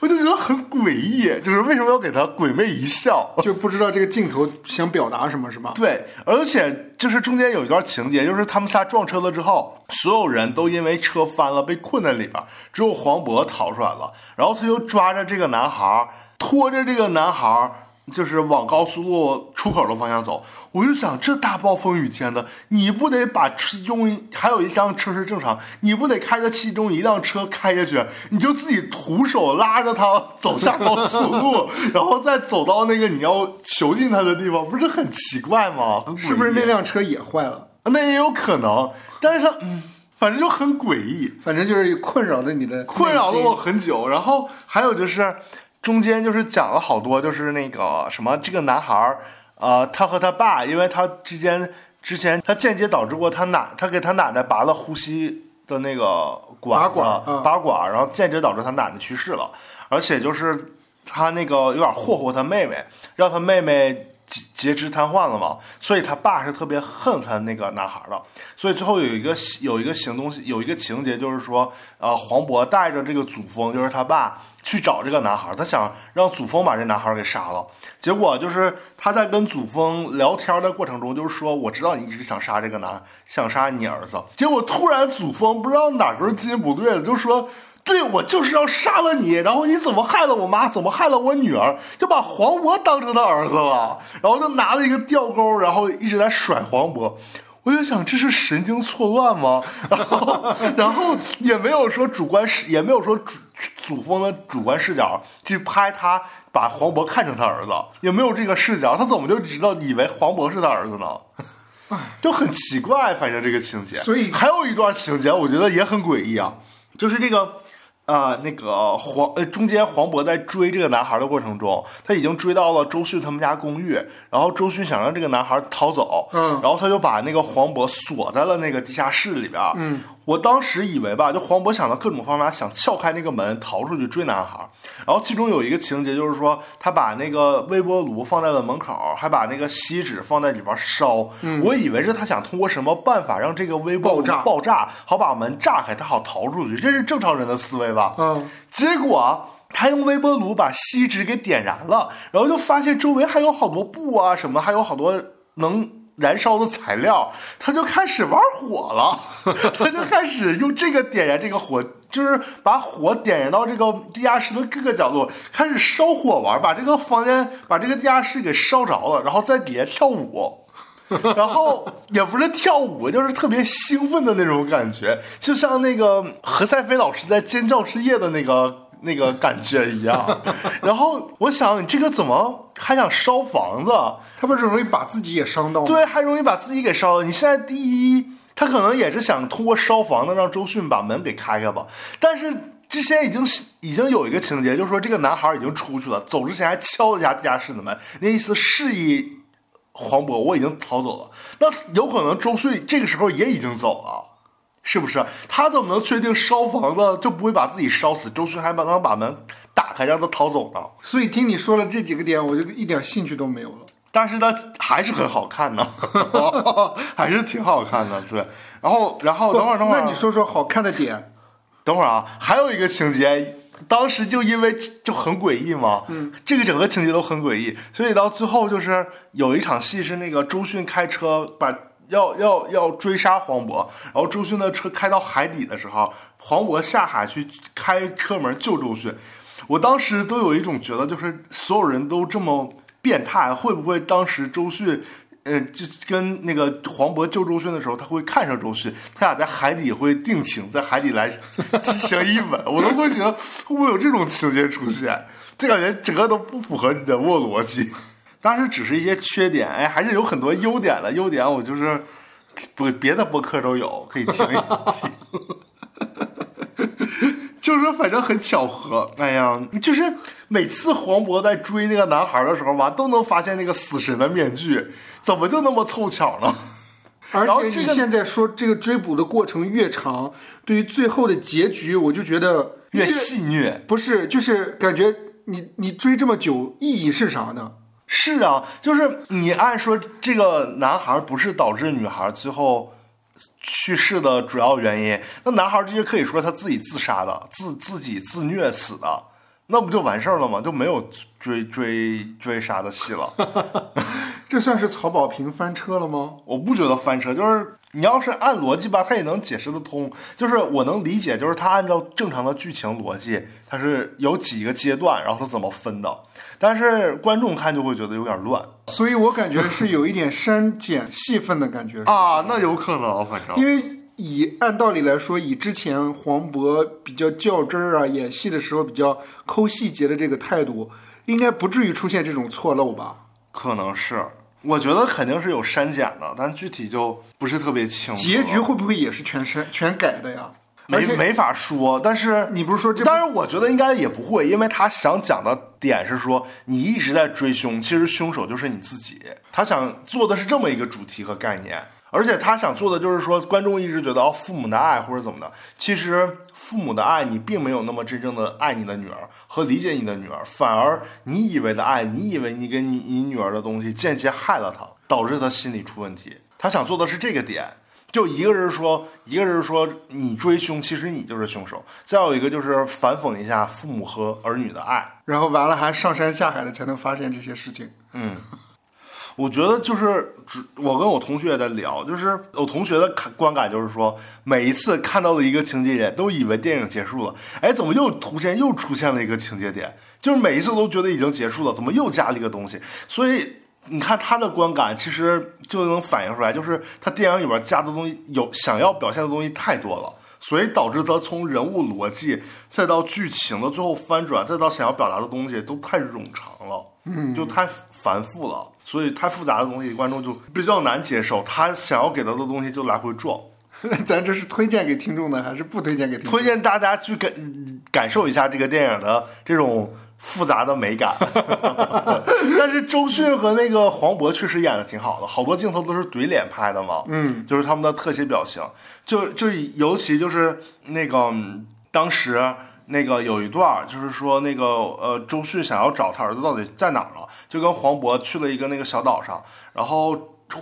Speaker 2: 我就觉得很诡异，就是为什么要给他鬼魅一笑，
Speaker 1: 就不知道这个镜头想表达什么，是吧？
Speaker 2: 对，而且就是中间有一段情节，就是他们仨撞车了之后，所有人都因为车翻了被困在里边，只有黄渤逃出来了，然后他就抓着这个男孩，拖着这个男孩。就是往高速路出口的方向走，我就想，这大暴风雨天的，你不得把车用还有一辆车是正常，你不得开着其中一辆车开下去，你就自己徒手拉着他走下高速路，然后再走到那个你要囚禁他的地方，不是很奇怪吗？
Speaker 1: 是不是那辆车也坏了？
Speaker 2: 那也有可能，但是他嗯。反正就很诡异，
Speaker 1: 反正就是困扰着你的，
Speaker 2: 困扰了我很久。然后还有就是。中间就是讲了好多，就是那个什么，这个男孩儿，呃，他和他爸，因为他之间之前他间接导致过他奶，他给他奶奶拔了呼吸的那个管嗯子，拔管，然后间接导致他奶奶去世了，而且就是他那个有点霍霍他妹妹，让他妹妹。截截肢瘫痪了嘛，所以他爸是特别恨他那个男孩的，所以最后有一个有一个行动有一个情节就是说，呃，黄渤带着这个祖峰，就是他爸去找这个男孩，他想让祖峰把这男孩给杀了。结果就是他在跟祖峰聊天的过程中，就是说我知道你一直想杀这个男，想杀你儿子。结果突然祖峰不知道哪根筋不对了，就说。对，我就是要杀了你，然后你怎么害了我妈，怎么害了我女儿，就把黄渤当成他儿子了，然后就拿了一个吊钩，然后一直在甩黄渤。我就想，这是神经错乱吗？然后，然后也没有说主观视，也没有说主祖峰的主观视角去拍他把黄渤看成他儿子，也没有这个视角，他怎么就知道以为黄渤是他儿子呢？就很奇怪，反正这个情节。
Speaker 1: 所以
Speaker 2: 还有一段情节，我觉得也很诡异啊，就是这个。啊、呃，那个黄呃，中间黄渤在追这个男孩的过程中，他已经追到了周迅他们家公寓，然后周迅想让这个男孩逃走，
Speaker 1: 嗯，
Speaker 2: 然后他就把那个黄渤锁在了那个地下室里边，
Speaker 1: 嗯，
Speaker 2: 我当时以为吧，就黄渤想到各种方法想撬开那个门逃出去追男孩，然后其中有一个情节就是说，他把那个微波炉放在了门口，还把那个锡纸放在里边烧，
Speaker 1: 嗯、
Speaker 2: 我以为是他想通过什么办法让这个微波炉
Speaker 1: 爆炸，
Speaker 2: 爆炸好把门炸开，他好逃出去，这是正常人的思维。吧，
Speaker 1: 嗯，
Speaker 2: 结果啊他用微波炉把锡纸给点燃了，然后就发现周围还有好多布啊，什么还有好多能燃烧的材料，他就开始玩火了，他就开始用这个点燃这个火，就是把火点燃到这个地下室的各个角落，开始烧火玩，把这个房间把这个地下室给烧着了，然后在底下跳舞。然后也不是跳舞，就是特别兴奋的那种感觉，就像那个何赛飞老师在《尖叫之夜》的那个那个感觉一样。 然后我想，你这个怎么还想烧房子？啊
Speaker 1: 他不是容易把自己也伤到吗？
Speaker 2: 对，还容易把自己给烧了。你现在第一，他可能也是想通过烧房子让周迅把门给开开吧，但是。之前已经已经有一个情节，就是说这个男孩已经出去了，走之前还敲了一下地下室的门，那意思示意黄渤我已经逃走了。那有可能周迅这个时候也已经走了，是不是？他怎么能确定烧房子就不会把自己烧死？周迅还能把门打开让他逃走呢？
Speaker 1: 所以听你说了这几个点，我就一点兴趣都没有了。
Speaker 2: 但是它还是很好看呢， 还是挺好看的。对，然后然后等会儿等会儿，啊
Speaker 1: 那你说说好看的点。
Speaker 2: 等会儿啊，还有一个情节，当时就因为就很诡异嘛，嗯，这个整个情节都很诡异，所以到最后就是有一场戏是那个周迅开车把要要要追杀黄渤，然后周迅的车开到海底的时候，黄渤下海去开车门救周迅，我当时都有一种觉得，就是所有人都这么变态，会不会当时周迅？呃，就跟那个黄渤救周迅的时候，他会看上周迅，他俩在海底会定情，在海底来激情一吻，我都会觉得会不会有这种情节出现？这感觉整个都不符合人物逻辑。当时只是一些缺点，哎，还是有很多优点的。优点我就是不别的播客都有，可以听一听。 就是反正很巧合，哎呀，就是每次黄渤在追那个男孩的时候吧，都能发现那个死神的面具，怎么就那么凑巧呢？
Speaker 1: 而
Speaker 2: 然后
Speaker 1: 且
Speaker 2: 这
Speaker 1: 你
Speaker 2: 个
Speaker 1: 现在说这个追捕的过程越长，对于最后的结局，我就觉得
Speaker 2: 越戏虐。
Speaker 1: 不是，就是感觉你你追这么久意义是啥呢？
Speaker 2: 是啊，就是你按说这个男孩不是导致女孩最后去世的主要原因，那男孩直接可以说他自己自杀的，自自己自虐死的，那不就完事儿了吗？就没有追追追杀的戏了。
Speaker 1: 这算是曹保平翻车了吗？
Speaker 2: 我不觉得翻车，就是你要是按逻辑吧，他也能解释得通。就是我能理解，就是他按照正常的剧情逻辑，他是有几个阶段，然后他怎么分的。但是观众看就会觉得有点乱
Speaker 1: 所以我感觉是有一点删减戏份的感觉，
Speaker 2: 啊，那有可能，反
Speaker 1: 因
Speaker 2: 正
Speaker 1: 为以按道理来说，以之前黄渤比较较真儿啊，演戏的时候比较抠细节的这个态度，应该不至于出现这种错漏吧？
Speaker 2: 可能是。我觉得肯定是有删减的，但具体就不是特别清楚了。
Speaker 1: 结局会不会也是全删全改的呀？而
Speaker 2: 没
Speaker 1: 且
Speaker 2: 没法说，但是
Speaker 1: 你不是说这部
Speaker 2: 当然，我觉得应该也不会，因为他想讲的点是说，你一直在追凶，其实凶手就是你自己。他想做的是这么一个主题和概念，而且他想做的就是说，观众一直觉得哦，父母的爱或者怎么的，其实父母的爱你并没有那么真正的爱你的女儿和理解你的女儿，反而你以为的爱，你以为你给你你女儿的东西，间接害了她，导致她心理出问题。他想做的是这个点。就一个人说，一个人说你追凶，其实你就是凶手。再有一个就是反讽一下父母和儿女的爱。
Speaker 1: 然后完了还上山下海的才能发现这些事情。
Speaker 2: 我觉得就是，只我跟我同学也在聊，就是我同学的看观感就是说，每一次看到的一个情节点，都以为电影结束了，哎，怎么又出现又出现了一个情节点？就是每一次都觉得已经结束了，怎么又加了一个东西？所以你看他的观感，其实就能反映出来，就是他电影里边加的东西有想要表现的东西太多了。所以导致他从人物逻辑，再到剧情的最后翻转，再到想要表达的东西，都太冗长了，嗯，就太繁复了。所以太复杂的东西，观众就比较难接受。他想要给到的东西就来回撞。
Speaker 1: 咱这是推荐给听众的，还是不推荐给听众？
Speaker 2: 推荐大家去感嗯感受一下这个电影的这种复杂的美感。 但是周迅和那个黄渤确实演的挺好的，好多镜头都是怼脸拍的嘛，嗯，就是他们的特写表情，就就尤其就是那个嗯当时。那个有一段儿就是说，那个呃，周迅想要找他儿子到底在哪儿了，就跟黄渤去了一个那个小岛上，然后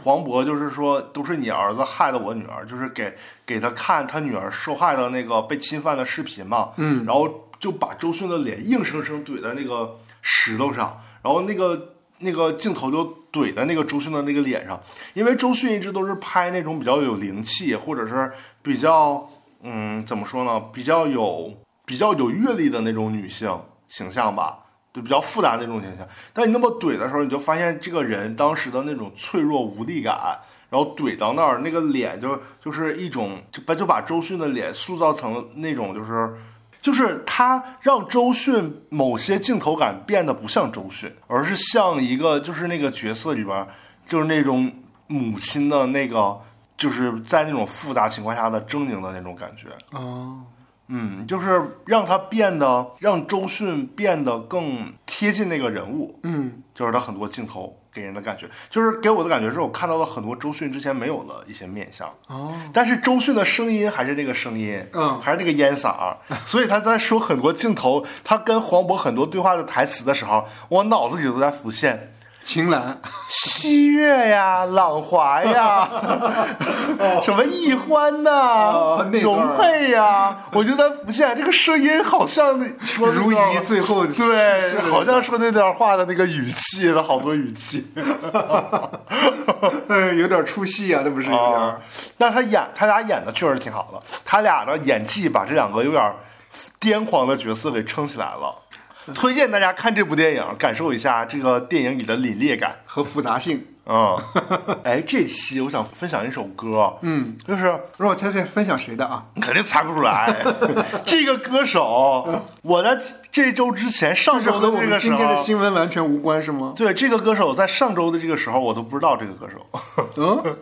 Speaker 2: 黄渤就是说，都是你儿子害的我女儿，就是给给他看他女儿受害的那个被侵犯的视频嘛，嗯，然后就把周迅的脸硬生生怼在那个石头上，然后那个那个镜头就怼在那个周迅的那个脸上，因为周迅一直都是拍那种比较有灵气，或者是比较嗯怎么说呢，比较有比较有阅历的那种女性形象吧，就比较复杂那种形象。但你那么怼的时候，你就发现这个人当时的那种脆弱无力感，然后怼到那儿，那个脸就就是一种就把就把周迅的脸塑造成那种就是就是他让周迅某些镜头感变得不像周迅，而是像一个就是那个角色里边儿就是那种母亲的那个，就是在那种复杂情况下的狰狞的那种感觉。
Speaker 1: 哦
Speaker 2: 嗯，就是让他变得让周迅变得更贴近那个人物。嗯，就是他很多镜头给人的感觉，就是给我的感觉是我看到了很多周迅之前没有的一些面相。哦，但是周迅的声音还是这个声音，
Speaker 1: 嗯
Speaker 2: 还是这个烟 嗓儿，所以他在说很多镜头，他跟黄渤很多对话的台词的时候，我脑子里都在浮现。
Speaker 1: 秦岚，
Speaker 2: 西月呀，朗 华呀，什么易欢呐、
Speaker 1: 哦那段儿
Speaker 2: 容佩呀，我觉得不现这个声音好像说那个
Speaker 1: 如懿最后
Speaker 2: 对，好像说那段话的那个语气的好多语气
Speaker 1: 呃有点出戏啊，那不是有点
Speaker 2: 啊
Speaker 1: 儿。
Speaker 2: 但他演他俩演的确实挺好的，他俩的演技把这两个有点儿癫狂的角色给撑起来了。推荐大家看这部电影，感受一下这个电影里的凛冽感。
Speaker 1: 和复杂性。
Speaker 2: 嗯， 哎，这期我想分享一首歌，嗯，就是
Speaker 1: 让我猜猜分享谁的啊？
Speaker 2: 你肯定猜不 出来，这个歌手，我在这周之前上
Speaker 1: 就是
Speaker 2: 周
Speaker 1: 和
Speaker 2: 的
Speaker 1: 我
Speaker 2: 哦这
Speaker 1: 们
Speaker 2: 个时
Speaker 1: 今天的
Speaker 2: 候，
Speaker 1: 新闻完全无关是 吗？
Speaker 2: 对这个歌手在上周的这个时候，我都不知道这个歌手，
Speaker 1: 嗯，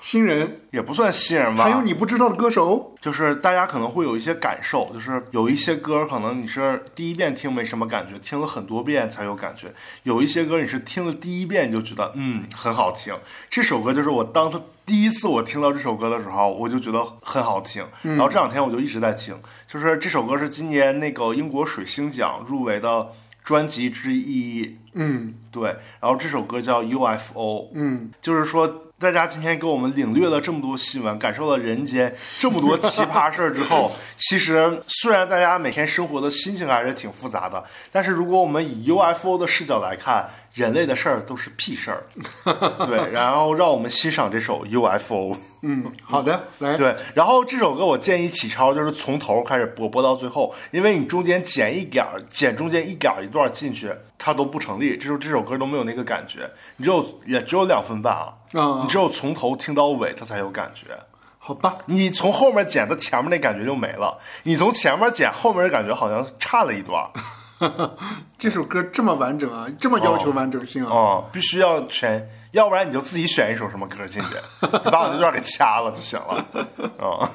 Speaker 1: 新人，
Speaker 2: 也不算新人吧。
Speaker 1: 还有你不知道的歌手，
Speaker 2: 就是大家可能会有一些感受，就是有一些歌可能你是第一遍听没什么感觉，听了很多遍才有感觉；有一些歌你是听了第一遍你就觉得嗯很好听。这首歌就是我当时第一次我听到这首歌的时候，我就觉得很好听。然后这两天我就一直在听，就是这首歌是今年那个英国水星奖入围的专辑之一。
Speaker 1: 嗯
Speaker 2: 对，然后这首歌叫 UFO，
Speaker 1: 嗯，
Speaker 2: 就是说，大家今天给我们领略了这么多新闻，感受了人间这么多奇葩事儿之后，其实虽然大家每天生活的心情还是挺复杂的，但是如果我们以 UFO 的视角来看，人类的事儿都是屁事儿。对，然后让我们欣赏这首 UFO。
Speaker 1: 嗯，好的，来，
Speaker 2: 对，然后这首歌我建议启超就是从头开始播，播到最后，因为你中间剪一点儿，剪中间一点儿一段儿进去，它都不成立，这首这首歌都没有那个感觉。你只有也只有两分半啊，
Speaker 1: 嗯
Speaker 2: 你只有从头听到尾，它才有感觉。
Speaker 1: 好吧，
Speaker 2: 你从后面剪，它前面那感觉就没了；你从前面剪，后面的感觉好像差了一段儿。
Speaker 1: 这首歌这么完整啊，这么要求完整性啊，
Speaker 2: 哦，必须要全，要不然你就自己选一首什么歌进去，就把我那段给掐了就行了。啊、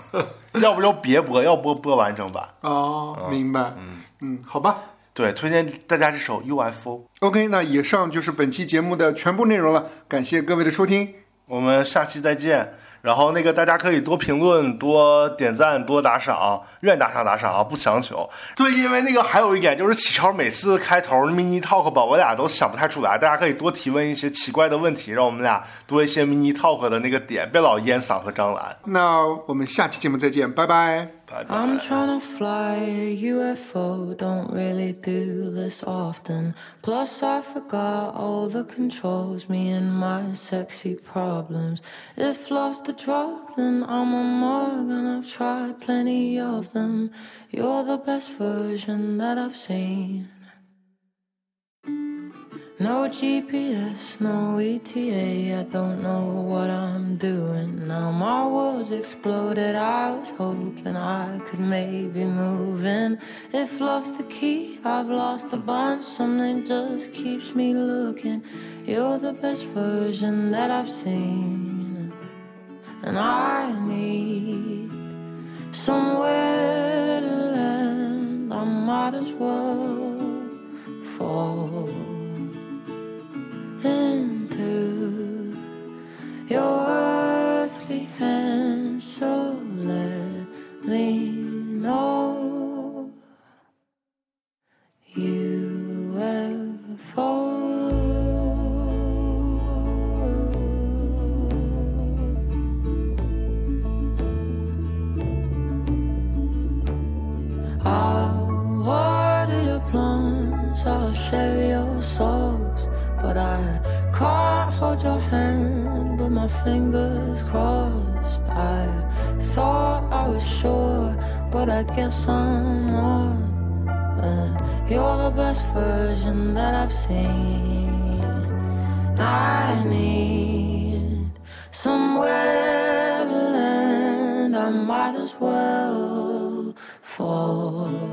Speaker 2: 要不就别播，要播播完整版。
Speaker 1: 哦，明白，嗯嗯，好吧。
Speaker 2: 对，推荐大家这首 UFO。
Speaker 1: OK，那以上就是本期节目的全部内容了，感谢各位的收听。
Speaker 2: 我们下期再见。然后那个大家可以多评论、多点赞、多打赏，愿打赏打赏啊，不强求。对，因为那个还有一点就是启超每次开头 mini talk 吧，我俩都想不太出来，大家可以多提问一些奇怪的问题，让我们俩多一些 mini talk 的那个点，别老烟嗓和张兰。
Speaker 1: 那我们下期节目再见，拜拜。
Speaker 2: 拜拜。
Speaker 4: I'm tryna fly a UFO, don't really do this often. Plus, I forgot all the controls, me and my sexy problems. If love's the drug, then I'm a mug, and I've tried plenty of them. You're the best version that I've seen. No GPS, no ETA, I don't know what I'm doing. Now my world's exploded, I was hoping I could maybe move in. If love's the key, I've lost the bond, something just keeps me looking. You're the best version that I've seen, and I need somewhere to land. I might as well fall into your earthly hands, so let me know you will fall. I'll water your plums, I'll share your sorrows, but I can't hold your hand with my fingers crossed. I thought I was sure, but I guess I'm not. And you're the best version that I've seen. I need somewhere to land. I might as well fall fall.